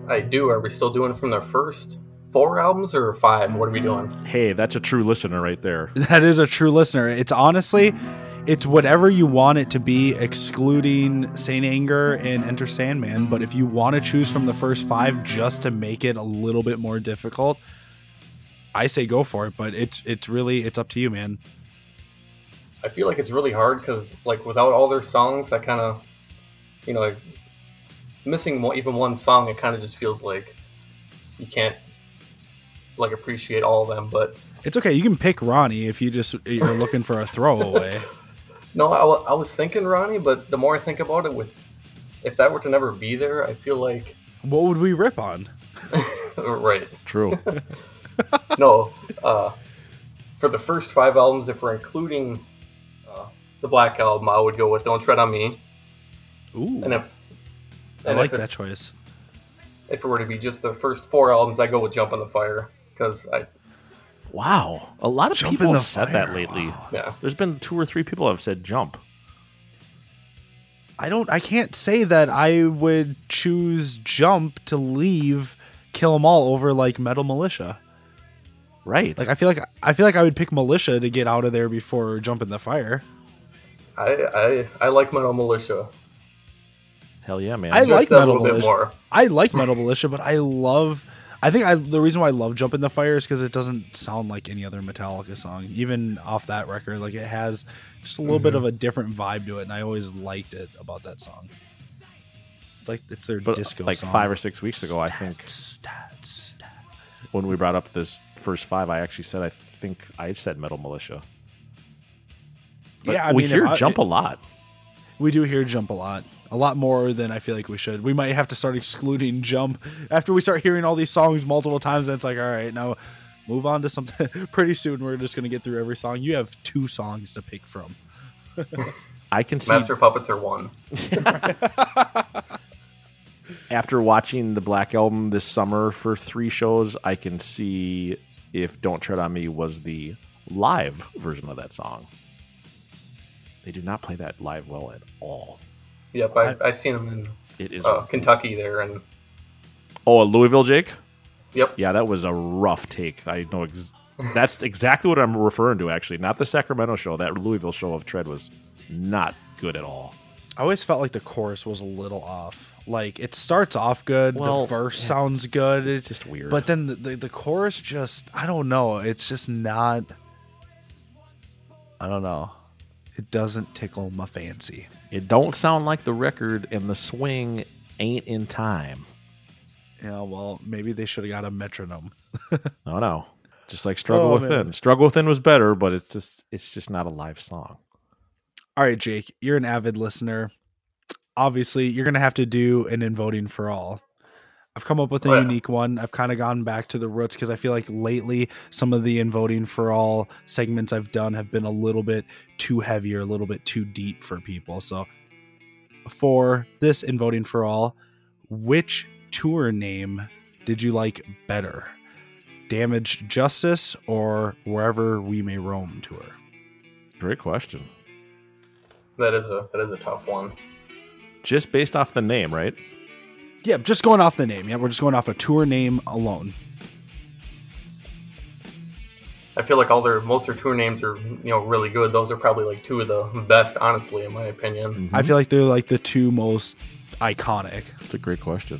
I do. Are we still doing it from their first four albums or five? What are we doing?
Hey, that's a true listener right there.
That is a true listener. It's honestly, it's whatever you want it to be, excluding Saint Anger and Enter Sandman. But if you want to choose from the first five just to make it a little bit more difficult, I say go for it. But it's it's really it's up to you, man.
I feel like it's really hard because, like, without all their songs, I kind of, you know, like, missing one, even one song, it kind of just feels like you can't, like, appreciate all of them. But
It's okay. You can pick Ronnie if you just you're looking for a throwaway.
no, I, wa- I was thinking Ronnie, but the more I think about it, with if that were to never be there, I feel like
what would we rip on?
right.
True.
no, uh, for the first five albums, if we're including uh, the Black Album, I would go with "Don't Tread on Me."
Ooh,
And if
I
and
like
if
that
it's-
choice.
If it were to be just the first four albums, I go with "Jump on the Fire" because I
Wow, a lot of
Jump in
people
the
have said
fire.
that lately.
Yeah.
There's been two or three people have said jump.
I don't I can't say that I would choose jump to leave kill 'em all over like metal militia.
Right.
Like I feel like I feel like I would pick militia to get out of there before jump in the fire.
I I, I like Metal Militia.
Hell yeah, man.
I
Just
like
that
metal
little bit
militia.
more.
I like metal militia, but I love I think I the reason why I love jump in the fire is cuz it doesn't sound like any other Metallica song. Even off that record like it has just a little bit
Mm-hmm.
Mhm.
of a different vibe to it and I always liked it about that song. It's like it's their
but
disco
like
song.
five or six weeks ago, I think when we brought up this first five, I actually said I think I said metal militia. But
Yeah, I
we
mean, if
hear
I-
jump a lot.
We do hear jump a lot, a lot more than I feel like we should. We might have to start excluding jump after we start hearing all these songs multiple times. Then it's like, all right, now move on to something. Pretty soon, we're just gonna get through every song. You have two songs to pick from.
I can see
Master Puppets are one.
after watching the Black Album this summer for three shows, I can see if "Don't Tread on Me" was the live version of that song. They do not play that live well at all.
Yep, I I seen them in
It is
uh, Kentucky there, and
Oh, at Louisville, Jake.
Yep.
Yeah, that was a rough take. I know. Ex- that's exactly what I'm referring to. Actually, not the Sacramento show. That Louisville show of Tread was not good at all.
I always felt like the chorus was a little off Like it starts off good.
Well,
the verse
it's-
sounds good. It's
just weird.
But then the, the the chorus just I don't know. It's just not. I don't know. It doesn't tickle my fancy.
It don't sound like the record, and the swing ain't in time.
Yeah, well, maybe they should have got a metronome.
No, no. Just like Struggle
Oh,
Within.
man.
Struggle Within was better, but it's just it's just not a live song.
All right, Jake, you're an avid listener. Obviously, you're going to have to do an in voting for all. I've come up with a
Oh, yeah.
unique one. I've kind of gone back to the roots because I feel like lately some of the in voting for all segments I've done have been a little bit too heavy or a little bit too deep for people. So, for this in voting for all, which tour name did you like better? Damaged Justice or Wherever We May Roam tour?
Great question.
That is a that is a tough one.
Just based off the name, right?
Yeah, just going off the name. Yeah, we're just going off a tour name alone.
I feel like all their most of their tour names are you know really good. Those are probably like two of the best, honestly, in my opinion.
Hmm.
I feel like they're like the two most iconic.
That's a great question.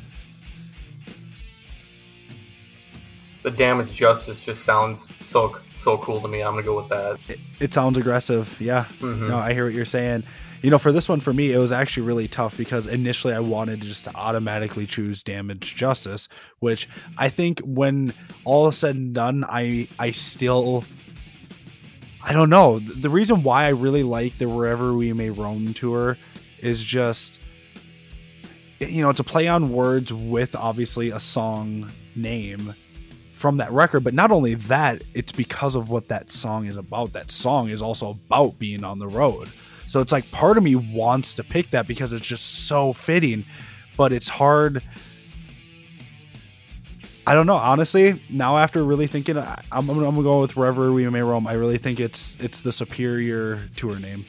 the damage justice just sounds so so cool to me. I'm gonna go with that.
It sounds aggressive. Yeah.
Mhm.
No, I hear what you're saying. You know, for this one for me, it was actually really tough because initially I wanted just to automatically choose damage justice, which I think when all is said and done, I I still I don't know. Th- The reason why I really like the Wherever We May Roam tour is just you know, it's a play on words with obviously a song name from that record. But not only that, it's because of what that song is about. That song is also about being on the road. So it's like part of me wants to pick that because it's just so fitting, but it's hard. I don't know. Honestly, now after really thinking, I- I'm, I'm gonna go with wherever we may roam. I really think it's it's the superior tour name.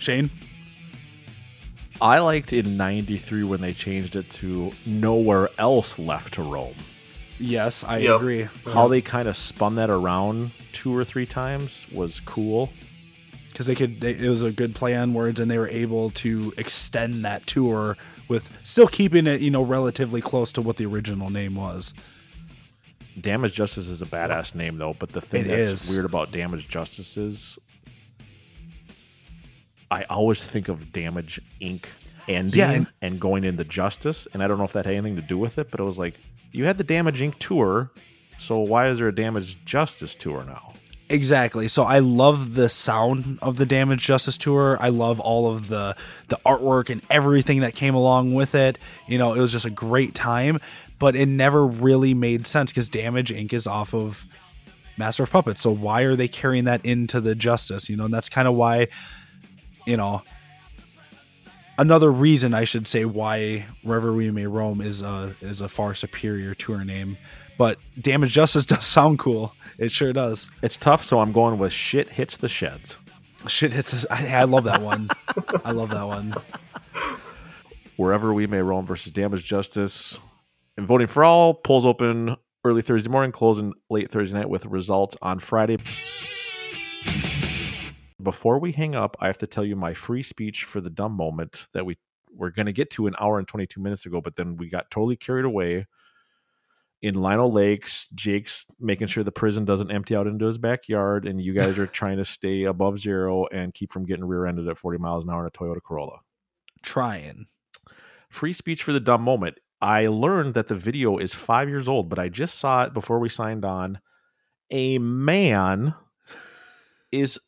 Shane,
I liked in '93 when they changed it to "Nowhere Else Left to Roam."
yes, I
Yep.
agree.
How they kind of spun that around two or three times was cool.
because they could they, it was a good play on words and they were able to extend that tour with still keeping it you know relatively close to what the original name was
Damage Justice is a badass name though, but the thing
It
that's
is.
weird about Damage Justice is I always think of Damage Inc. ending
Yeah,
and,
and-
going into Justice, and I don't know if that had anything to do with it, but it was like you had the Damage Inc. tour, so why is there a Damage Justice tour now?
exactly so i love the sound of the damage justice tour i love all of the the artwork and everything that came along with it you know it was just a great time but it never really made sense because damage inc is off of master of puppets so why are they carrying that into the justice you know and that's kind of why you know another reason I should say why Wherever We May Roam is a is a far superior tour name. But Damage Justice does sound cool. It sure does.
It's tough, so I'm going with shit hits the sheds.
Shit hits. I, I love that one. I love that one.
Wherever We May Roam versus Damage Justice. And voting for all polls open early Thursday morning, closing late Thursday night with results on Friday. Before we hang up, I have to tell you my free speech for the dumb moment that we were going to get to an hour and 22 minutes ago, but then we got totally carried away in Lionel Lakes, Jake's making sure the prison doesn't empty out into his backyard, and you guys are trying to stay above zero and keep from getting rear ended at 40 miles an hour in a Toyota Corolla
Trying.
free speech for the dumb moment. I learned that the video is five years old, but I just saw it before we signed on. A man is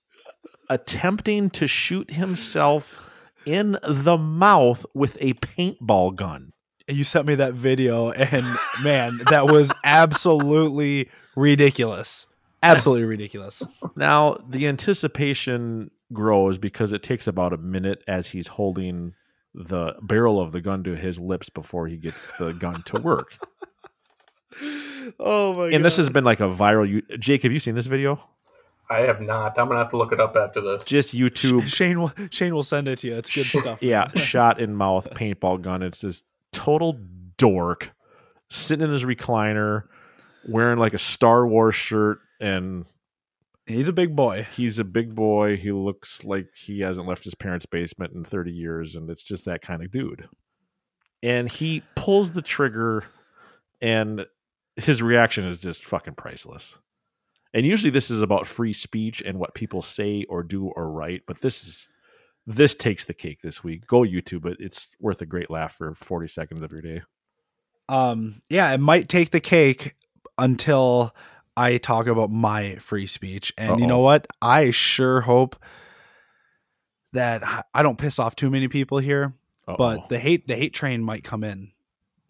attempting to shoot himself in the mouth with a paintball gun.
You sent me that video, and man, that was absolutely ridiculous. Absolutely ridiculous.
Now, the anticipation grows because it takes about a minute as he's holding the barrel of the gun to his lips before he gets the gun to work.
Oh my!
and this has been like a viral. You- Jake, have you seen this video?
I have not. I'm gonna have to look it up after this.
Just YouTube
Shane will Shane will send it to you. It's good stuff.
Yeah, shot in mouth, paintball gun. It's this total dork sitting in his recliner, wearing like a Star Wars shirt and
He's a big boy.
He's a big boy. He looks like he hasn't left his parents' basement in 30 years, and it's just that kind of dude. And he pulls the trigger, and his reaction is just fucking priceless. And usually, this is about free speech and what people say or do or write, but this is this takes the cake this week. Go YouTube it; it's worth a great laugh for 40 seconds of your day.
Um, yeah, it might take the cake until I talk about my free speech. And you
Uh-oh.
know what? I sure hope that I- I don't piss off too many people here.
Uh-oh.
But the hate the hate train might come in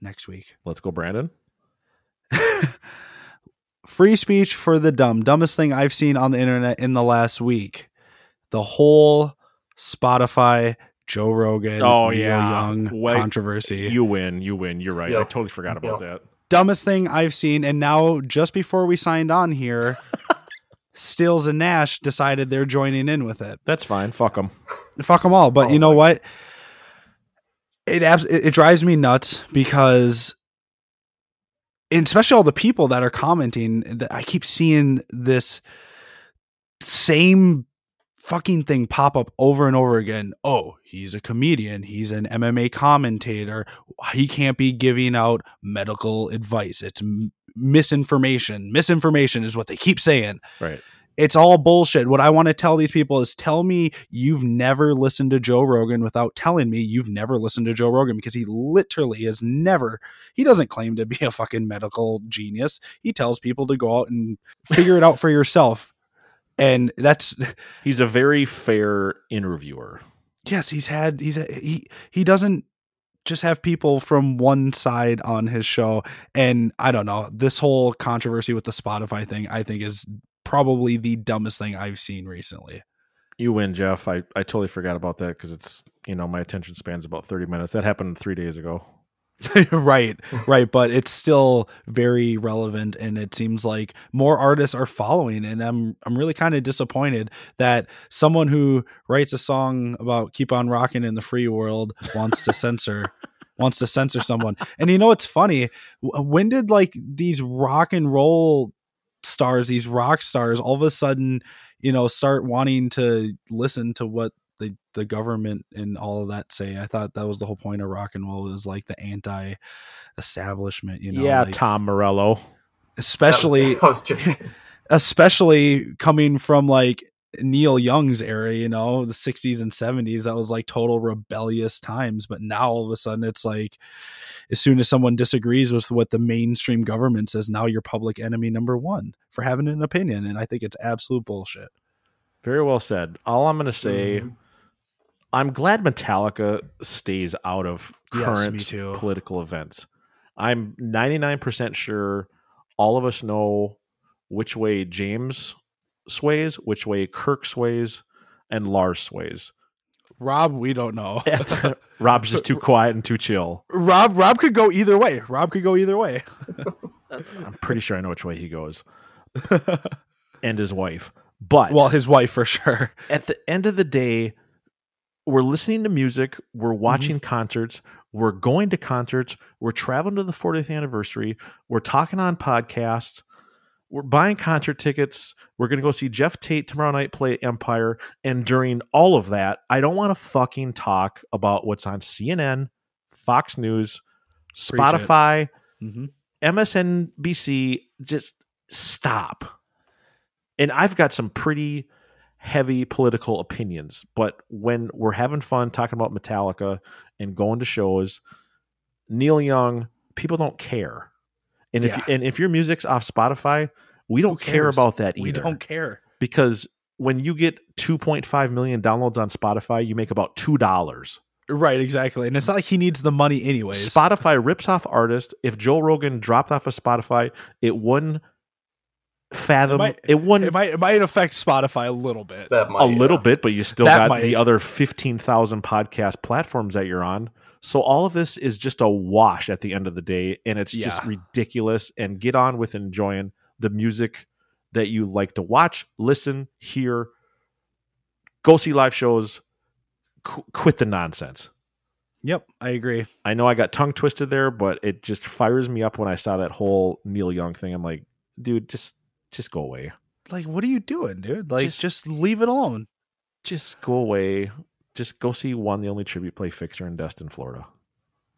next week.
Let's go, Brandon.
Free speech for the dumb. Dumbest thing I've seen on the internet in the last week. The whole Spotify Joe Rogan
Oh,
Neil
yeah.
Young
Wait.
controversy.
You win. You win. You're right. I
Yeah.
totally forgot about that.
dumbest thing I've seen. And now, just before we signed on here, Stills and Nash decided they're joining in with it.
That's fine. Fuck them.
Fuck them all. But you know what? It, abs- it it drives me nuts because, and especially all the people that are commenting. that I keep seeing this same fucking thing pop up over and over again. Oh, he's a comedian. He's an MMA commentator. He can't be giving out medical advice. It's m- misinformation. Misinformation is what they keep saying.
Right.
It's all bullshit. What I want to tell these people is tell me you've never listened to Joe Rogan without telling me you've never listened to Joe Rogan because he literally has never, he doesn't claim to be a fucking medical genius. He tells people to go out and figure it out for yourself. And that's
He's a very fair interviewer.
yes he's had he's he he doesn't just have people from one side on his show and i don't know this whole controversy with the spotify thing i think is probably the dumbest thing i've seen recently
You win, Jeff. I, I totally forgot about that because it's, you know, my attention span's about 30 minutes. That happened three days ago.
right right but it's still very relevant and it seems like more artists are following and i'm i'm really kind of disappointed that someone who writes a song about keep on rocking in the free world wants to censor wants to censor someone and you know what's funny W- uh, when did like these rock and roll stars these rock stars all of a sudden you know start wanting to listen to what the the government and all of that say i thought that was the whole point of rock and roll was like the anti establishment you know
yeah,
like-
Tom Morello.
especially
I was just
especially coming from like Neil Young's era, you know, the 60s and 70s, that was like total rebellious times. But now all of a sudden, it's like as soon as someone disagrees with what the mainstream government says, now you're public enemy number one for having an opinion. And I think it's absolute bullshit.
Very well said. All I'm going to say, I'm glad Metallica stays out of
Yes,
current
me too.
political events. I'm 99% sure all of us know which way James sways, which way Kirk sways, and Lars sways.
Rob, we don't know.
Rob's just too quiet and too chill.
Rob, Rob could go either way. Rob could go either way.
I'm pretty sure I know which way he goes. and his wife. But
Well, his wife for sure.
at the end of the day, we're listening to music, we're watching concerts, we're going to concerts, we're traveling to the 40th anniversary, we're talking on podcasts, we're buying concert tickets, we're going to go see Jeff Tate tomorrow night play Empire. And during all of that, I don't want to fucking talk about what's on CNN, Fox News,
it.
Spotify,
Mhm.
MSNBC. Just stop and I've got some pretty heavy political opinions, but when we're having fun talking about Metallica and going to shows, Neil Young, people don't care. And if
Yeah.
and if your music's off Spotify, we don't care
cares?
about that either.
We don't care.
because when you get 2.5 million downloads on Spotify, you make about two dollars.
Right, exactly. And it's not like he needs the money anyways.
Spotify rips off artists. If Joe Rogan dropped off of Spotify, it wouldn't fathom. It,
might-
wouldn't
it might it might affect Spotify a little bit.
that might,
a little bit, but you still
That
got
might.
the other 15,000 podcast platforms that you're on. So all of this is just a wash at the end of the day and it's just
Yeah.
ridiculous and get on with enjoying the music that you like to watch, listen, hear, go see live shows, qu- quit the nonsense.
Yep, I agree.
I know I got tongue twisted there, but it just fires me up when I saw that whole Neil Young thing. I'm like, dude, just just go away.
like, what are you doing, dude? Like, just, leave it alone.
Just go away. Just go see one, the only tribute play Fixer in Destin, Florida.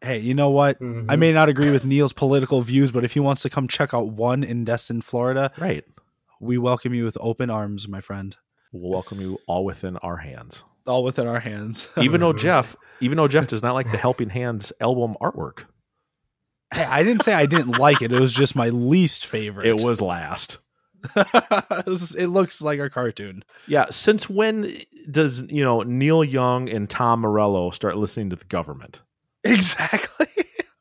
Hey, you know what?
Mhm.
I may not agree with Neil's political views, but if he wants to come check out one in Destin, Florida,
right?
We welcome you with open arms, my friend.
We'll welcome you all within our hands.
All within our hands.
Even though Jeff, even though Jeff does not like the Helping Hands album artwork,
Hey, I didn't say I didn't like it. It was just my least favorite.
it was last.
it, was- it looks like a cartoon.
Yeah. Since when does you know Neil Young and Tom Morello start listening to the government?
Exactly.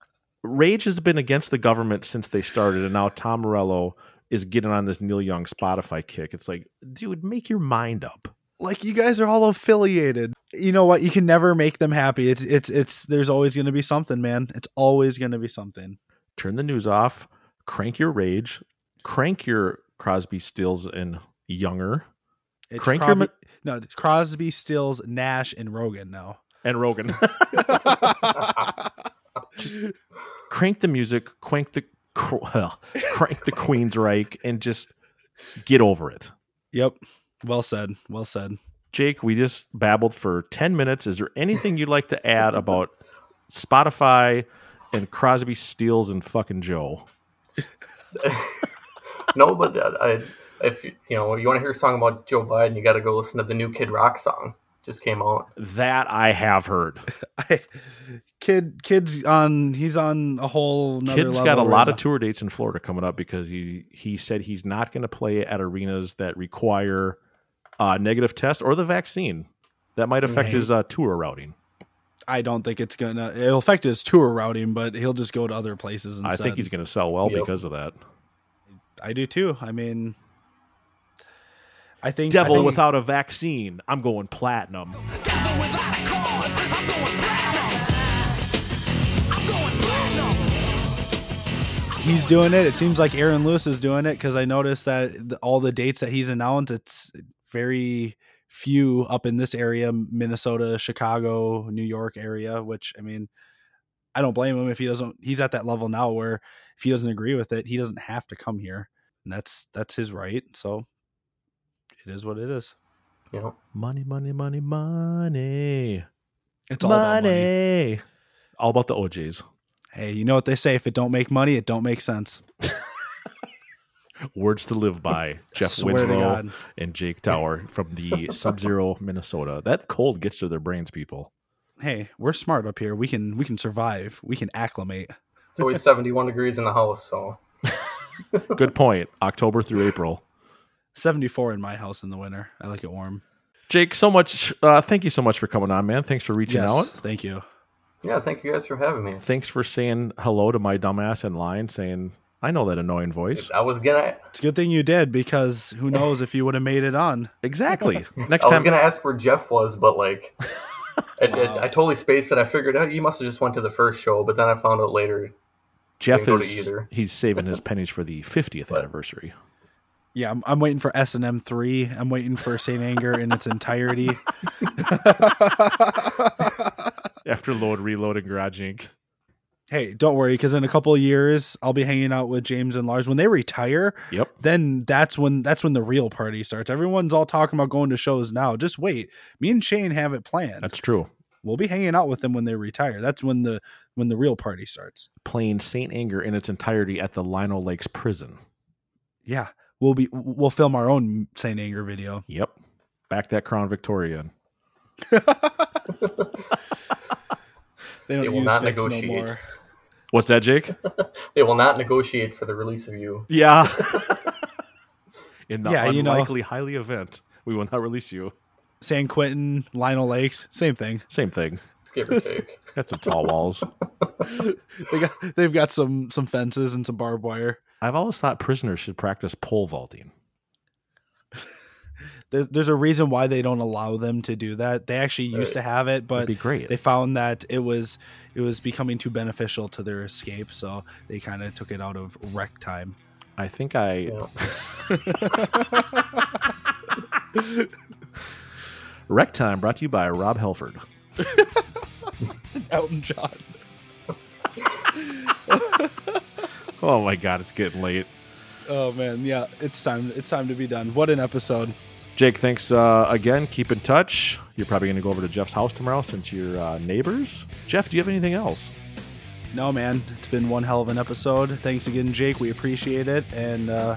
Rage has been against the government since they started, and now Tom Morello is getting on this Neil Young Spotify kick. It's like, dude, make your mind up.
Like you guys are all affiliated. You know what? You can never make them happy. It's it's it's there's always going to be something, man. It's always going to be something.
Turn the news off. Crank your Rage. Crank your Crosby, Stills, and Younger.
It's
crank your
Crosby- no it's Crosby, Stills, Nash, and Rogan. Now
and Rogan. Just crank the music, crank the cr- crank the Queen's Reich, and just get over it.
Yep. Well said. Well said.
Jake, we just babbled for ten minutes. Is there anything you'd like to add about Spotify and Crosby, Steals, and fucking Joe?
no, but uh, I, if you you know you want to hear a song about Joe Biden, you got to go listen to the new Kid Rock song. Just came out.
That I have heard.
Kid, kid's on. He's on a whole. Another
Kid's
level
got a
right
lot
now.
of tour dates in Florida coming up because he he said he's not going to play at arenas that require uh, negative test or the vaccine. That might affect
Right.
his uh, tour routing.
I don't think it's gonna. It'll affect his tour routing, but he'll just go to other places. Instead.
I think he's going to sell well
Yep.
because of that.
I do too. I mean, I think
Devil
I think-
without a vaccine. I'm going platinum.
he's doing it. It seems like Aaron Lewis is doing it because I noticed that the, all the dates that he's announced, it's very few up in this area Minnesota, Chicago, New York area, which I mean, I don't blame him if he doesn't. He's at that level now where if he doesn't agree with it, he doesn't have to come here. And that's that's his right. So it is what it is.
Yeah.
Money, money, money, money.
It's all about
money. All about the OJs.
Hey, you know what they say? If it don't make money, it don't make sense.
Words to live by. Jeff
swear to
Winslow
God.
and Jake Tower from the Sub-Zero Minnesota. That cold gets to their brains, people.
Hey, we're smart up here. We can we can survive. We can acclimate.
It's always seventy-one degrees in the house, so
Good point. October through April.
74 in my house in the winter. I like it warm.
Jake, so much. Uh, thank you so much for coming on, man. Thanks for reaching
Yes,
out.
Thank you.
yeah. Thank you guys for having me.
Thanks for saying hello to my dumbass in line, saying, I know that annoying voice.
I was gonna
It's a good thing you did because who knows if you would have made it on.
Exactly.
I was gonna ask where Jeff was, but like, I, I, I totally spaced it. I figured out you must have just went to the first show, but then I found out later.
Jeff
Didn't go to
is
either.
he's saving his pennies for the 50th anniversary.
Yeah, I'm, I'm waiting for S and M three. I'm waiting for Saint Anger in its entirety.
After load, reload, and garage inc.
hey, don't worry, because in a couple of years I'll be hanging out with James and Lars when they retire.
Yep.
Then that's when that's when the real party starts. Everyone's all talking about going to shows now. Just wait. Me and Shane have it planned.
That's true.
We'll be hanging out with them when they retire. That's when the when the real party starts.
Playing Saint Anger in its entirety at the Lionel Lakes prison.
Yeah, we'll be we'll film our own Saint Anger video.
Yep. Back that Crown Victoria. in.
They don't
They will
use
not
Vicks
negotiate.
no more.
What's that, Jake?
They will not negotiate for the release of you.
Yeah. In the
Yeah, you know-
unlikely highly event, we will not release you.
San Quentin, Lionel Lakes, same thing.
Same thing.
Give or take.
Got some tall walls.
They got they've got some some fences and some barbed wire.
I've always thought prisoners should practice pole vaulting.
There, there's a reason why they don't allow them to do that. They actually used to have it, but
be great.
they found that it was it was becoming too beneficial to their escape, so they kind of took it out of rec time.
I think I. Rec time brought to you by Rob Helford.
Elton John.
Oh my God, it's getting late.
Oh man, yeah, it's time. It's time to be done. What an episode.
Jake, thanks uh, again. Keep in touch. You're probably going to go over to Jeff's house tomorrow since you're uh, neighbors. Jeff, do you have anything else?
No, man. It's been one hell of an episode. Thanks again, Jake. We appreciate it, and uh,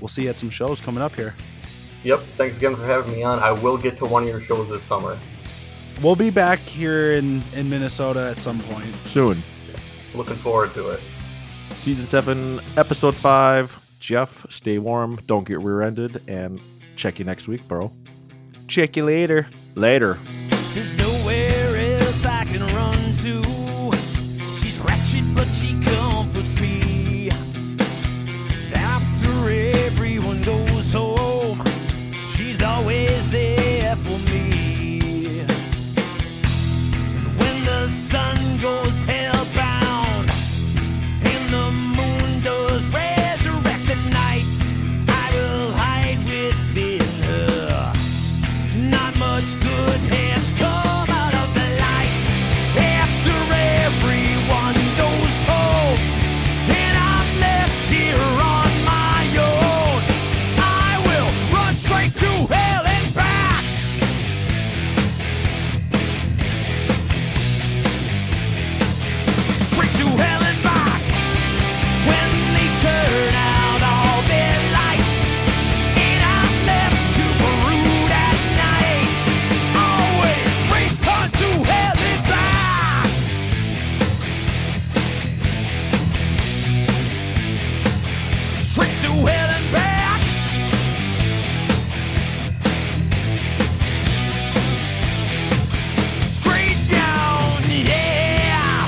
we'll see you at some shows coming up here.
Yep. Thanks again for having me on. I will get to one of your shows this summer.
We'll be back here in in Minnesota at some point.
Soon.
Looking forward to it.
Season 7, Episode 5. Jeff, stay warm, don't get rear ended, and check you next week, bro.
Check you later.
Later.
There's nowhere else I can run to. She's ratchet, but she comforts me. After everyone goes home, she's always there for me. And when the sun goes hellbound and the moon does resurrect the night, I will hide within her. Not much good has come out of the light after everyone goes home. And I'm left here on my own. I will run straight to hell and back. Straight to hell and back. When they turn out all their lights. And I'm left to brood at night. Always return to hell and back. Straight to hell and back. Straight down, yeah.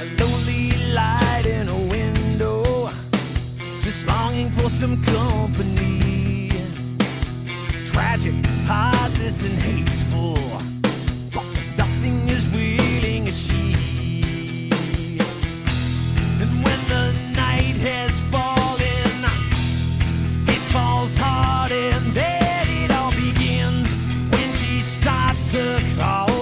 A lonely light in a window, just longing for some company. Tragic, heartless, and hateful, but there's nothing as willing as she. And when the night has fallen, it falls hard, and then it all begins when she starts her call